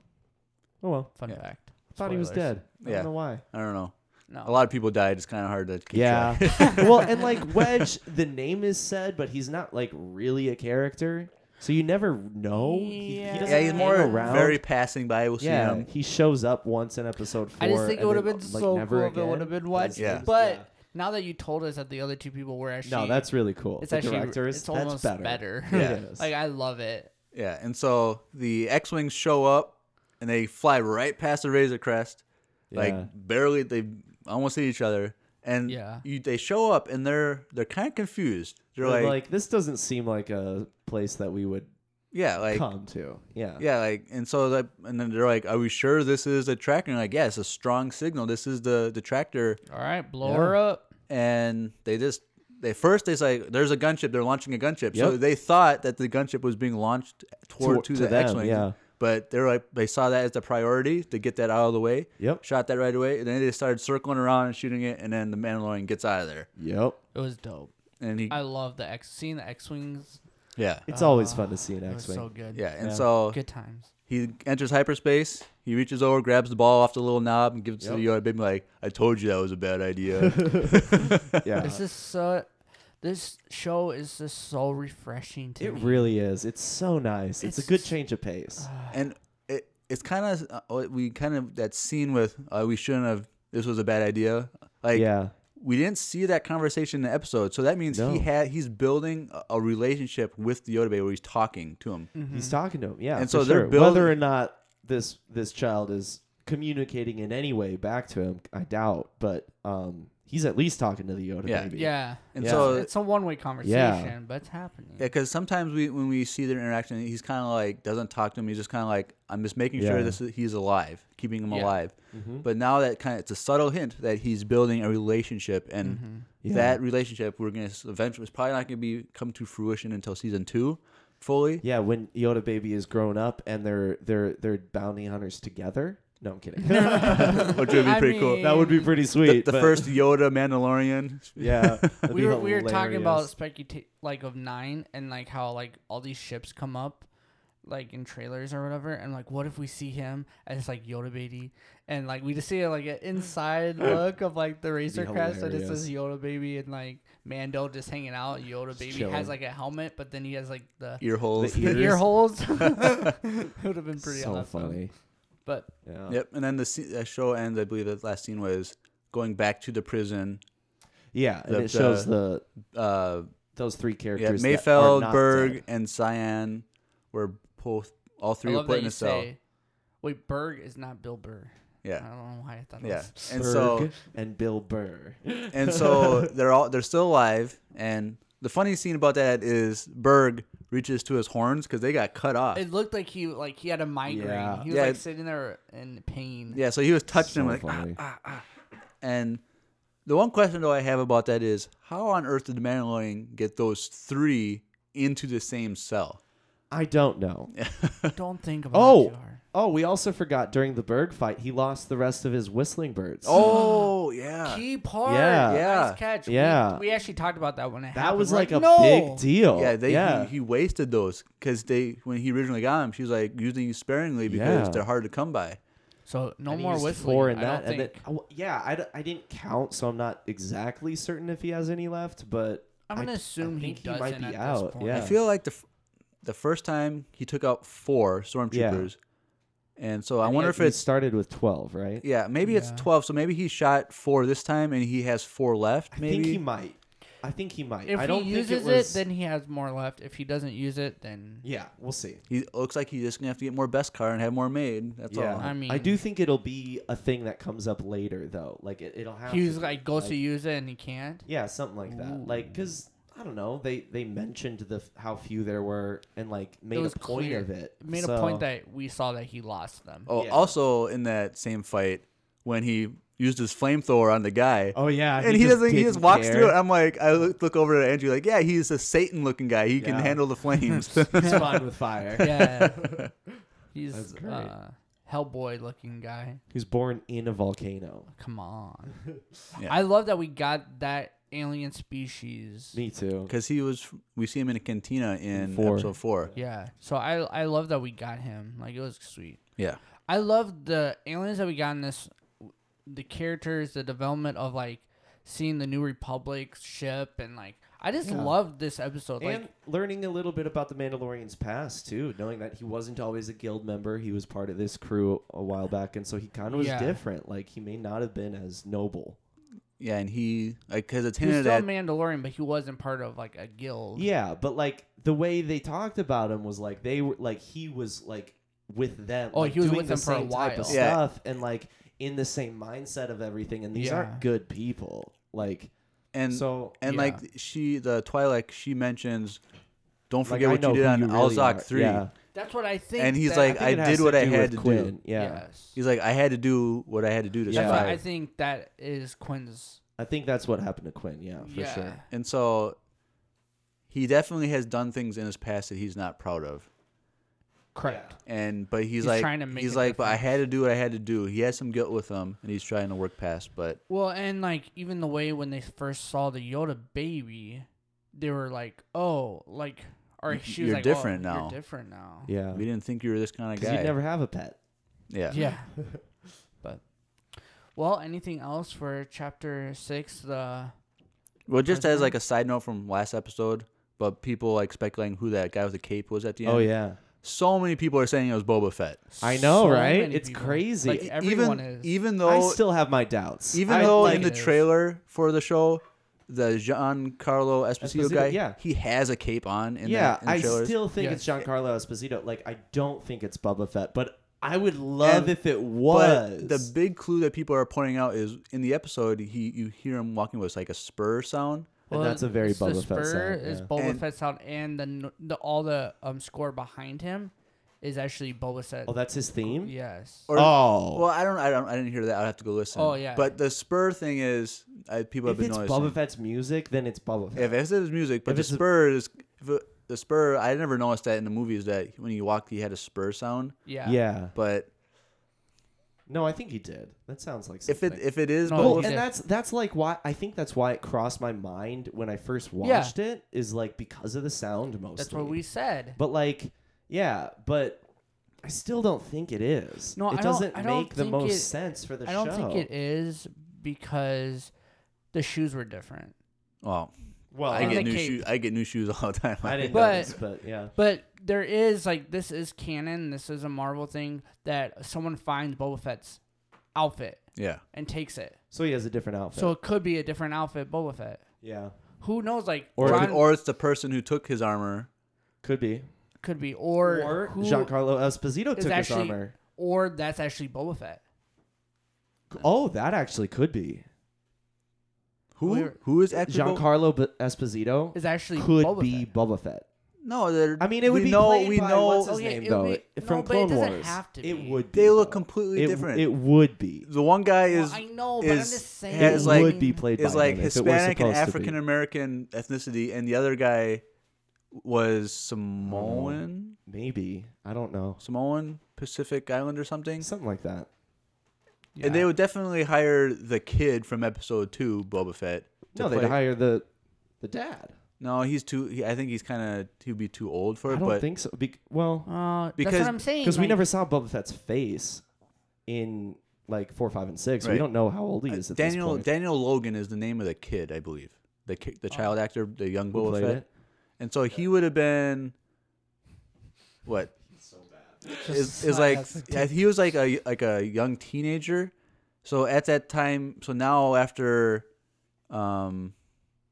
Speaker 3: oh well.
Speaker 1: Fun
Speaker 2: Yeah.
Speaker 1: fact.
Speaker 3: I thought he was
Speaker 1: Spoilers.
Speaker 3: dead. I
Speaker 2: Yeah.
Speaker 3: don't know why.
Speaker 2: I don't know.
Speaker 1: No.
Speaker 2: A lot of people died. It's kind of hard to keep
Speaker 3: Yeah.
Speaker 2: track.
Speaker 3: well, and like Wedge, the name is said, but he's not like really a character, so you never know. He, he
Speaker 1: Yeah.
Speaker 3: doesn't
Speaker 2: yeah, he's
Speaker 3: hang
Speaker 2: more
Speaker 3: around.
Speaker 2: very passing by. We'll see
Speaker 3: yeah,
Speaker 2: him.
Speaker 3: he shows up once in episode four.
Speaker 1: I just think it
Speaker 3: and
Speaker 1: would have
Speaker 3: then,
Speaker 1: been
Speaker 3: like,
Speaker 1: so
Speaker 3: never
Speaker 1: cool if
Speaker 3: again.
Speaker 1: it would have been
Speaker 3: But his
Speaker 1: Wedge.
Speaker 2: Yeah.
Speaker 3: name's-
Speaker 1: But
Speaker 3: yeah.
Speaker 1: now that you told us that the other two people were actually
Speaker 3: No, that's really cool.
Speaker 1: it's
Speaker 3: the
Speaker 1: actually
Speaker 3: directors,
Speaker 1: it's almost
Speaker 3: that's
Speaker 1: better.
Speaker 2: Yeah.
Speaker 3: It is.
Speaker 1: like I love it.
Speaker 2: Yeah, and so the X Wings show up and they fly right past the Razor Crest.
Speaker 3: Yeah.
Speaker 2: Like barely they almost hit each other. And
Speaker 1: Yeah.
Speaker 2: you, they show up and they're they're kinda confused. They're,
Speaker 3: They're
Speaker 2: like,
Speaker 3: like, this doesn't seem like a place that we would
Speaker 2: Yeah, like
Speaker 3: come to. Yeah.
Speaker 2: Yeah, like and so that and then they're like, Are we sure this is a tractor? And like, yeah, it's a strong signal. This is the the tractor
Speaker 1: All right, blow
Speaker 3: Yeah.
Speaker 1: her up.
Speaker 2: and they just they first they say there's a gunship, they're launching a gunship. So
Speaker 3: Yep.
Speaker 2: they thought that the gunship was being launched toward to,
Speaker 3: to
Speaker 2: the
Speaker 3: them,
Speaker 2: X Wing.
Speaker 3: yeah.
Speaker 2: But they're like they saw that as the priority to get that out of the way.
Speaker 3: Yep.
Speaker 2: Shot that right away. And then they started circling around and shooting it and then the Mandalorian gets out of there.
Speaker 3: Yep.
Speaker 1: It was dope.
Speaker 2: and he
Speaker 1: I love the X. Seeing the X wings.
Speaker 2: yeah
Speaker 3: It's always fun
Speaker 1: Ah,
Speaker 3: to see an
Speaker 1: It was
Speaker 3: X-wing.
Speaker 1: so good.
Speaker 2: yeah, and
Speaker 3: Yeah.
Speaker 2: so
Speaker 1: Good times.
Speaker 2: he enters hyperspace. He reaches over, grabs the ball off the little knob, and gives it to the
Speaker 3: Yep.
Speaker 2: yard. Baby, like I told you that was a bad idea.
Speaker 3: yeah,
Speaker 1: This is so. This show is just so refreshing to
Speaker 3: it
Speaker 1: me.
Speaker 3: really is. It's so nice.
Speaker 1: It's-
Speaker 3: It's,
Speaker 1: Ah.
Speaker 3: a good change of pace.
Speaker 2: and it, it's kind of uh, we kind of that scene with uh, we shouldn't have. This was a bad idea. Like
Speaker 3: yeah,
Speaker 2: we didn't see that conversation in the episode, so that means he
Speaker 3: No.
Speaker 2: had he's building a, a relationship with the Yoda Bay where he's talking to him.
Speaker 1: Mm-hmm.
Speaker 3: he's talking to him. Yeah,
Speaker 2: And
Speaker 3: for
Speaker 2: so they're
Speaker 3: sure.
Speaker 2: building-
Speaker 3: whether or not this this child is communicating in any way back to him, I doubt. But um, he's at least talking to the Yoda
Speaker 2: Yeah.
Speaker 3: baby.
Speaker 1: Yeah.
Speaker 2: And
Speaker 3: Yeah.
Speaker 2: so
Speaker 1: It's a one-way conversation, but it's happening.
Speaker 2: Yeah, because sometimes we when we see their interaction, he's kind of like doesn't talk to him. He's just kind of like I'm just making sure
Speaker 3: Yeah.
Speaker 2: this is, he's alive, keeping him
Speaker 1: Yeah.
Speaker 2: alive.
Speaker 3: Mm-hmm.
Speaker 2: But now that kind of it's a subtle hint that he's building a relationship, and
Speaker 1: Mm-hmm.
Speaker 3: Yeah.
Speaker 2: that relationship we're gonna s- eventually it's probably not gonna be come to fruition until season two, fully.
Speaker 3: Yeah, when Yoda baby is grown up and they're they're they're bounty hunters together. No, I'm kidding.
Speaker 2: Which would be
Speaker 1: I
Speaker 2: pretty cool.
Speaker 1: mean-
Speaker 3: that would be pretty
Speaker 2: The,
Speaker 3: sweet.
Speaker 2: the
Speaker 3: but-
Speaker 2: first Yoda Mandalorian.
Speaker 3: yeah, that'd
Speaker 1: we
Speaker 3: be
Speaker 1: were we were talking about
Speaker 3: hilarious.
Speaker 1: specu like of nine and like how like all these ships come up like in trailers or whatever and like what if we see him and it's like Yoda baby and like we just see like an inside look of like the racer crest and it
Speaker 3: hilarious.
Speaker 1: says Yoda baby and like Mando just hanging out Yoda baby
Speaker 3: chilling.
Speaker 1: has like a helmet but then he has like the
Speaker 2: Ear holes.
Speaker 3: The
Speaker 1: the ear holes it would have been pretty
Speaker 3: so
Speaker 1: awesome
Speaker 3: funny.
Speaker 1: but
Speaker 3: Yeah.
Speaker 2: Yep. And then the, se- the show ends. I believe the last scene was going back to the prison.
Speaker 3: Yeah, and
Speaker 2: The-
Speaker 3: it shows the
Speaker 2: Uh,
Speaker 3: those three
Speaker 2: Yeah,
Speaker 3: characters. that are
Speaker 2: Mayfeld,
Speaker 3: not
Speaker 2: Berg,
Speaker 3: dead.
Speaker 2: and Cyan were both all
Speaker 1: I
Speaker 2: three were
Speaker 1: love
Speaker 2: put
Speaker 1: that
Speaker 2: in
Speaker 1: you
Speaker 2: a cell.
Speaker 1: say wait Berg is not Bill Burr I
Speaker 2: Yeah,
Speaker 1: don't know why I thought
Speaker 2: yeah.
Speaker 1: that was
Speaker 2: And so
Speaker 3: Berg and Bill Burr.
Speaker 2: and so they're all they're still alive. And the funny scene about that is Berg reaches to his horns because they got cut off.
Speaker 1: It looked like he like he had a migraine.
Speaker 3: Yeah.
Speaker 1: He was
Speaker 2: Yeah,
Speaker 1: like
Speaker 2: it-
Speaker 1: sitting there in pain.
Speaker 2: yeah, so he was touching
Speaker 3: So
Speaker 2: him like, "Ah,
Speaker 3: funny.
Speaker 2: and the one question though I have about that is how on earth did the Mandalorian get those three into the same cell?
Speaker 3: I don't know.
Speaker 1: Don't think about it
Speaker 3: Oh,
Speaker 1: too hard.
Speaker 3: oh, we also forgot during the Berg fight, he lost the rest of his whistling birds.
Speaker 2: Oh yeah,
Speaker 1: Key part.
Speaker 3: Yeah.
Speaker 2: Yeah.
Speaker 1: Nice catch. We-
Speaker 3: Yeah.
Speaker 1: We, actually talked about that when it
Speaker 3: that
Speaker 1: happened.
Speaker 3: was
Speaker 1: We're
Speaker 3: like a
Speaker 1: no!
Speaker 3: big deal.
Speaker 2: Yeah, they
Speaker 3: Oh, yeah.
Speaker 2: He, he wasted those because they when he originally got them, she was like using these sparingly because
Speaker 3: Yeah.
Speaker 2: they're hard to come by.
Speaker 1: So no
Speaker 3: And he
Speaker 1: more
Speaker 3: used
Speaker 1: whistling.
Speaker 3: Four in
Speaker 1: I
Speaker 3: that,
Speaker 1: don't
Speaker 3: and then
Speaker 1: think.
Speaker 3: oh, yeah, I, d- I didn't count, so I'm not exactly certain if he has any left. But
Speaker 1: I'm
Speaker 3: I-
Speaker 1: gonna
Speaker 3: I
Speaker 1: assume he
Speaker 3: think he
Speaker 1: doesn't
Speaker 3: might be
Speaker 1: at this
Speaker 3: out,
Speaker 1: point.
Speaker 3: yeah.
Speaker 2: I feel like the f- the first time he took out four stormtroopers, and so I
Speaker 3: and
Speaker 2: wonder
Speaker 3: he-
Speaker 2: if
Speaker 3: he
Speaker 2: it's
Speaker 3: started with twelve, right?
Speaker 2: yeah maybe it's
Speaker 1: Yeah.
Speaker 2: twelve. So maybe he shot four this time and he has four left. Maybe
Speaker 3: I think he might. I think he might.
Speaker 1: If
Speaker 3: I don't
Speaker 1: he uses
Speaker 3: think it, was,
Speaker 1: then he has more left. If he doesn't use it, then
Speaker 3: yeah, we'll see.
Speaker 2: He looks like he's just gonna have to get more best car and have more made. That's
Speaker 3: yeah,
Speaker 2: all.
Speaker 1: I
Speaker 3: I
Speaker 1: mean-
Speaker 3: mean, I do think it'll be a thing that comes up later, though. Like it, it'll have.
Speaker 1: he was
Speaker 3: to be,
Speaker 1: like goes to use it and he can't.
Speaker 3: Yeah, something like that.
Speaker 1: Ooh.
Speaker 3: Like, cause I don't know, they they mentioned the f- how few there were and like made
Speaker 1: it
Speaker 3: a
Speaker 1: was
Speaker 3: point
Speaker 1: clear.
Speaker 3: of it.
Speaker 1: Made a
Speaker 3: So-
Speaker 1: point that we saw that he lost them.
Speaker 2: oh,
Speaker 3: yeah.
Speaker 2: also in that same fight when he used his flamethrower on the guy.
Speaker 3: Oh yeah,
Speaker 2: and he,
Speaker 3: just
Speaker 2: doesn't. He just
Speaker 3: didn't
Speaker 2: walks
Speaker 3: care.
Speaker 2: through it. I'm like, I look, look over at Andrew, like, yeah, he's a Satan-looking guy. He can
Speaker 3: Yeah.
Speaker 2: handle the flames.
Speaker 3: He's fine with fire.
Speaker 1: Yeah. He's
Speaker 3: That's great.
Speaker 1: uh, Hellboy looking guy.
Speaker 3: Who's born in a volcano?
Speaker 1: Come on.
Speaker 2: Yeah.
Speaker 1: I love that we got that alien species.
Speaker 3: Me too.
Speaker 2: Because he was, we see him in a cantina in
Speaker 3: Four.
Speaker 2: episode four.
Speaker 1: Yeah. So I I love that we got him. Like it was sweet.
Speaker 2: Yeah,
Speaker 1: I love the aliens that we got in this the characters, the development of like seeing the new republic ship and like I just
Speaker 3: Yeah.
Speaker 1: love this episode.
Speaker 3: And
Speaker 1: like
Speaker 3: learning a little bit about the Mandalorian's past too, knowing that he wasn't always a guild member. He was part of this crew a while back, and so he kind of was
Speaker 1: Yeah.
Speaker 3: different. Like he may not have been as noble.
Speaker 2: yeah, and he like because it's
Speaker 1: he was
Speaker 2: hinted
Speaker 1: still a
Speaker 2: at.
Speaker 1: Mandalorian, but he wasn't part of like a guild.
Speaker 3: Yeah, but like the way they talked about him was like they were like he was like with them.
Speaker 1: Oh,
Speaker 3: like,
Speaker 1: he was
Speaker 3: doing
Speaker 1: with
Speaker 3: the
Speaker 1: them for a
Speaker 3: same type of
Speaker 1: while.
Speaker 2: Yeah.
Speaker 3: stuff and like in the same mindset of everything. And these
Speaker 1: Yeah.
Speaker 3: aren't good people. Like
Speaker 2: and
Speaker 3: so,
Speaker 2: and
Speaker 1: yeah.
Speaker 2: like she, the Twi'lek, she mentions, "Don't
Speaker 3: like,
Speaker 2: forget
Speaker 3: I
Speaker 2: what
Speaker 3: know
Speaker 2: you did
Speaker 3: who
Speaker 2: on
Speaker 3: you really
Speaker 2: Alzok
Speaker 3: are.
Speaker 2: three.
Speaker 3: Yeah.
Speaker 1: That's what I think.
Speaker 2: And he's
Speaker 1: that-
Speaker 2: like,
Speaker 3: I, think it
Speaker 2: I
Speaker 3: has
Speaker 2: did what
Speaker 3: to
Speaker 2: I
Speaker 3: do
Speaker 2: had
Speaker 3: with
Speaker 2: to do.
Speaker 3: Quinn. Yeah.
Speaker 1: Yes.
Speaker 2: He's like, I had to do what I had to do to
Speaker 3: Yeah.
Speaker 1: That's
Speaker 2: survive.
Speaker 1: why I think that is Quinn's
Speaker 3: I think that's what happened to Quinn. Yeah, for
Speaker 1: yeah.
Speaker 3: sure.
Speaker 2: And so he definitely has done things in his past that he's not proud of.
Speaker 1: Correct.
Speaker 2: And but he's,
Speaker 1: He's
Speaker 2: like
Speaker 1: trying to make
Speaker 2: he's
Speaker 1: a
Speaker 2: like, but I
Speaker 1: difference."
Speaker 2: had to do what I had to do. He has some guilt with him, and he's trying to work past. But
Speaker 1: Well, and like even the way when they first saw the Yoda baby, they were like, "Oh, like, or
Speaker 2: Y-
Speaker 1: she was
Speaker 2: you're
Speaker 1: like,
Speaker 2: different
Speaker 1: oh,
Speaker 2: now."
Speaker 1: You're different now."
Speaker 3: Yeah.
Speaker 2: We didn't think you were this kind of
Speaker 3: Because
Speaker 2: guy.
Speaker 3: you'd never have a pet.
Speaker 2: yeah.
Speaker 1: Yeah. but well, anything else for chapter six? The
Speaker 2: Well, just as
Speaker 1: President?
Speaker 2: like a side note from last episode, but people like speculating who that guy with the cape was at the end.
Speaker 3: Oh yeah.
Speaker 2: So many people are saying it was Boba Fett.
Speaker 3: I know,
Speaker 1: so
Speaker 3: right?
Speaker 1: many
Speaker 3: It's
Speaker 1: people.
Speaker 3: crazy.
Speaker 1: Like,
Speaker 2: E-
Speaker 1: everyone
Speaker 2: even,
Speaker 1: is.
Speaker 2: Even
Speaker 3: I
Speaker 2: though
Speaker 3: still have my doubts.
Speaker 2: even
Speaker 3: I,
Speaker 2: though
Speaker 1: like
Speaker 2: in
Speaker 1: it
Speaker 2: the
Speaker 1: is.
Speaker 2: trailer for the show, the Giancarlo Esposito,
Speaker 3: Esposito,
Speaker 2: guy,
Speaker 3: yeah.
Speaker 2: he has a cape on in
Speaker 3: yeah,
Speaker 2: that, in the
Speaker 3: I
Speaker 2: trailers.
Speaker 3: still think it's
Speaker 1: Yes.
Speaker 3: Giancarlo Esposito. Like, I don't think it's Boba Fett, but I would love
Speaker 2: And-
Speaker 3: if it was.
Speaker 2: But the big clue that people are pointing out is in the episode he you hear him walking with like a spur sound.
Speaker 3: and that's a very
Speaker 1: it's the
Speaker 3: Boba Fett
Speaker 1: spur
Speaker 3: sound,
Speaker 1: Is
Speaker 3: yeah.
Speaker 1: Boba
Speaker 2: And-
Speaker 1: Fett sound and the, n- the all the um score behind him is actually Boba Fett.
Speaker 3: oh, that's his theme.
Speaker 1: yes.
Speaker 2: Or-
Speaker 3: Oh,
Speaker 2: Well, I don't, I don't, I didn't hear that. I'd have to go listen.
Speaker 1: Oh, yeah.
Speaker 2: But the spur thing is, I, people have
Speaker 3: if
Speaker 2: been
Speaker 3: it's
Speaker 2: noticing.
Speaker 3: Boba Fett's music, then it's Boba Fett.
Speaker 2: If it's his music, but
Speaker 3: If
Speaker 2: the
Speaker 3: it's a-
Speaker 2: spur is if it, the spur. I never noticed that in the movies that when he walked, he had a spur sound.
Speaker 1: Yeah.
Speaker 3: yeah.
Speaker 2: But
Speaker 3: No, I think he did. That sounds like
Speaker 2: if
Speaker 3: something.
Speaker 2: it if it is,
Speaker 1: No,
Speaker 2: Boba
Speaker 1: Oh, he
Speaker 3: well,
Speaker 2: Fett-
Speaker 1: did.
Speaker 3: and that's that's like why I think that's why it crossed my mind when I first watched it is like because of the sound mostly.
Speaker 1: That's what we said.
Speaker 3: But like, yeah, but I still don't think it is.
Speaker 1: No, I
Speaker 3: it
Speaker 1: don't-
Speaker 3: doesn't
Speaker 1: I don't
Speaker 3: make the
Speaker 1: think
Speaker 3: most
Speaker 1: it-
Speaker 3: sense for the
Speaker 1: I
Speaker 3: show.
Speaker 1: don't think it is because the shoes were different.
Speaker 2: well,
Speaker 3: Well,
Speaker 2: I
Speaker 1: and
Speaker 2: get
Speaker 1: the
Speaker 2: new
Speaker 1: cape.
Speaker 2: shoes. I get new shoes all the time.
Speaker 3: I didn't
Speaker 1: But-
Speaker 3: notice, but yeah,
Speaker 1: But there is like this is canon. This is a Marvel thing that someone finds Boba Fett's outfit
Speaker 2: yeah.
Speaker 1: and takes it.
Speaker 3: so he has a different outfit.
Speaker 1: So it could be a different outfit Boba Fett.
Speaker 3: yeah,
Speaker 1: Who knows? Like
Speaker 2: Or,
Speaker 1: or
Speaker 2: it could- or it's the person who took his armor.
Speaker 3: could be.
Speaker 1: could be or who,
Speaker 3: Giancarlo Esposito
Speaker 1: is
Speaker 3: took
Speaker 1: actually-
Speaker 3: his armor.
Speaker 1: or that's actually Boba Fett.
Speaker 3: Oh, that actually could be
Speaker 2: Who
Speaker 1: Where-
Speaker 2: who is actually Bo-
Speaker 3: Giancarlo B- Esposito.
Speaker 1: Is actually
Speaker 3: could
Speaker 1: Boba
Speaker 3: be
Speaker 1: Fett.
Speaker 3: Boba Fett.
Speaker 2: No, they're-
Speaker 3: I mean, it would
Speaker 2: we
Speaker 3: be
Speaker 2: know
Speaker 3: played
Speaker 2: we
Speaker 3: by
Speaker 2: know
Speaker 3: what's his
Speaker 1: Okay,
Speaker 3: name
Speaker 1: it
Speaker 3: though
Speaker 1: would
Speaker 3: it-
Speaker 1: be-
Speaker 3: from
Speaker 1: no, but
Speaker 3: Clone
Speaker 1: it doesn't
Speaker 3: Wars.
Speaker 1: have to
Speaker 3: It
Speaker 1: be.
Speaker 3: would. Be,
Speaker 2: they look
Speaker 3: though.
Speaker 2: completely
Speaker 3: it,
Speaker 2: different.
Speaker 3: It would be.
Speaker 2: the one guy
Speaker 1: Well,
Speaker 2: is
Speaker 1: I know, but I'm
Speaker 2: is-
Speaker 1: just saying.
Speaker 2: has
Speaker 3: it
Speaker 2: like
Speaker 3: would be played
Speaker 2: is
Speaker 3: by
Speaker 2: like
Speaker 3: him if it were
Speaker 2: Hispanic and
Speaker 3: supposed to be.
Speaker 2: African American ethnicity, and the other guy was Samoan,
Speaker 3: Maybe I don't know.
Speaker 2: Samoan Pacific Island or something.
Speaker 3: Something like that.
Speaker 1: Uh,
Speaker 2: And they would definitely hire the kid from episode two, Boba Fett. to
Speaker 3: No, they'd
Speaker 2: play-
Speaker 3: hire the the dad.
Speaker 2: No, he's too. He, I think he's kind of he'd be too old for
Speaker 3: I
Speaker 2: it.
Speaker 3: don't
Speaker 2: But
Speaker 3: think so. Be- well,
Speaker 1: Uh, that's
Speaker 2: Because-
Speaker 1: what I'm saying.
Speaker 3: because we
Speaker 1: like,
Speaker 3: never saw Boba Fett's face in like four, five, and six. so
Speaker 2: Right.
Speaker 3: We don't know how old he
Speaker 2: uh,
Speaker 3: is at
Speaker 2: Daniel
Speaker 3: this point.
Speaker 2: Daniel Logan is the name of the kid, I believe. The ki-
Speaker 1: Oh.
Speaker 2: the child actor, the young
Speaker 3: Who
Speaker 2: Boba
Speaker 3: played
Speaker 2: Fett.
Speaker 3: it?
Speaker 2: And so he would have been what? Is,
Speaker 1: Just
Speaker 2: is
Speaker 1: not
Speaker 2: like
Speaker 1: as-
Speaker 2: yeah, he was like a like a young teenager. So at that time, so now after, um,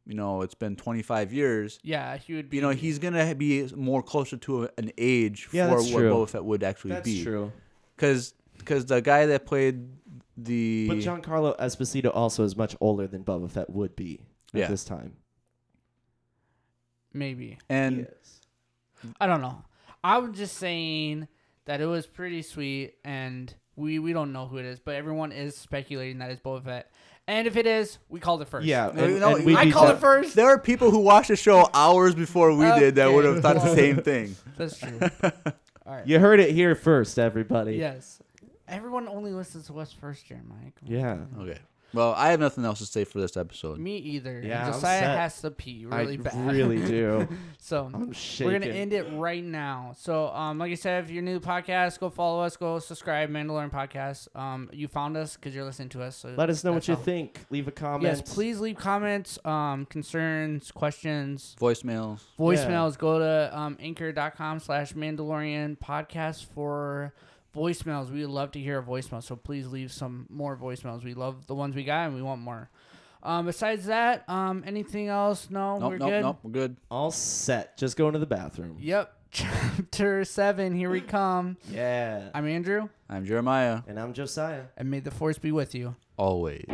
Speaker 2: you know, it's been 25 years.
Speaker 1: Yeah, he would be.
Speaker 2: You know, he's gonna be more closer to an age
Speaker 3: Yeah,
Speaker 2: for
Speaker 3: that's
Speaker 2: what
Speaker 3: true.
Speaker 2: Boba Fett would actually
Speaker 3: That's
Speaker 2: be.
Speaker 3: true.
Speaker 2: Because the guy that played the
Speaker 3: But Giancarlo Esposito also is much older than Boba Fett would be at
Speaker 2: Yeah.
Speaker 3: this time.
Speaker 1: maybe.
Speaker 2: and
Speaker 1: I don't know. I'm just saying that it was pretty sweet, and we we don't know who it is, but everyone is speculating that it's Boba Fett. And if it is, we called it first.
Speaker 3: yeah,
Speaker 2: No,
Speaker 3: and-
Speaker 2: you know,
Speaker 3: and we
Speaker 1: I
Speaker 3: need
Speaker 1: called
Speaker 3: to-
Speaker 1: it first.
Speaker 2: there are people who watched the show hours before we did that
Speaker 1: Okay,
Speaker 2: would have thought the
Speaker 1: well.
Speaker 2: same thing.
Speaker 1: that's true. All right.
Speaker 3: You heard it here first, everybody.
Speaker 1: Yes. Everyone only listens to us first, Jeremiah. Come on.
Speaker 3: Yeah.
Speaker 2: Okay. Well, I have nothing else to say for this episode.
Speaker 1: Me either.
Speaker 3: Yeah, I'm
Speaker 1: Yeah, Josiah
Speaker 3: set.
Speaker 1: has to pee really
Speaker 3: I
Speaker 1: bad.
Speaker 3: really do.
Speaker 1: so
Speaker 3: I'm
Speaker 1: we're
Speaker 3: shaking.
Speaker 1: gonna end it right now. So, um, like I said, if you're new to the podcast, go follow us, go subscribe, Mandalorian Podcast. Um, you found us because you're listening to us. So
Speaker 3: Let us know
Speaker 1: that's
Speaker 3: what you
Speaker 1: how-
Speaker 3: think. Leave a comment.
Speaker 1: Yes, please leave comments, um, concerns, questions,
Speaker 2: Voicemails.
Speaker 1: voicemails. Go to um, anchor.com slash Mandalorian podcast for voicemails. We love to hear a voicemail, so please leave some more voicemails. We love the ones we got and we want more. Um, besides that, um, anything else? No,
Speaker 2: Nope,
Speaker 1: we're
Speaker 2: nope,
Speaker 1: good.
Speaker 2: nope. We're good.
Speaker 3: All set. Just go into the bathroom.
Speaker 1: Yep. Chapter seven, here we come.
Speaker 3: Yeah.
Speaker 1: I'm Andrew,
Speaker 2: I'm Jeremiah.
Speaker 3: And I'm Josiah.
Speaker 1: and may the force be with you.
Speaker 2: Always.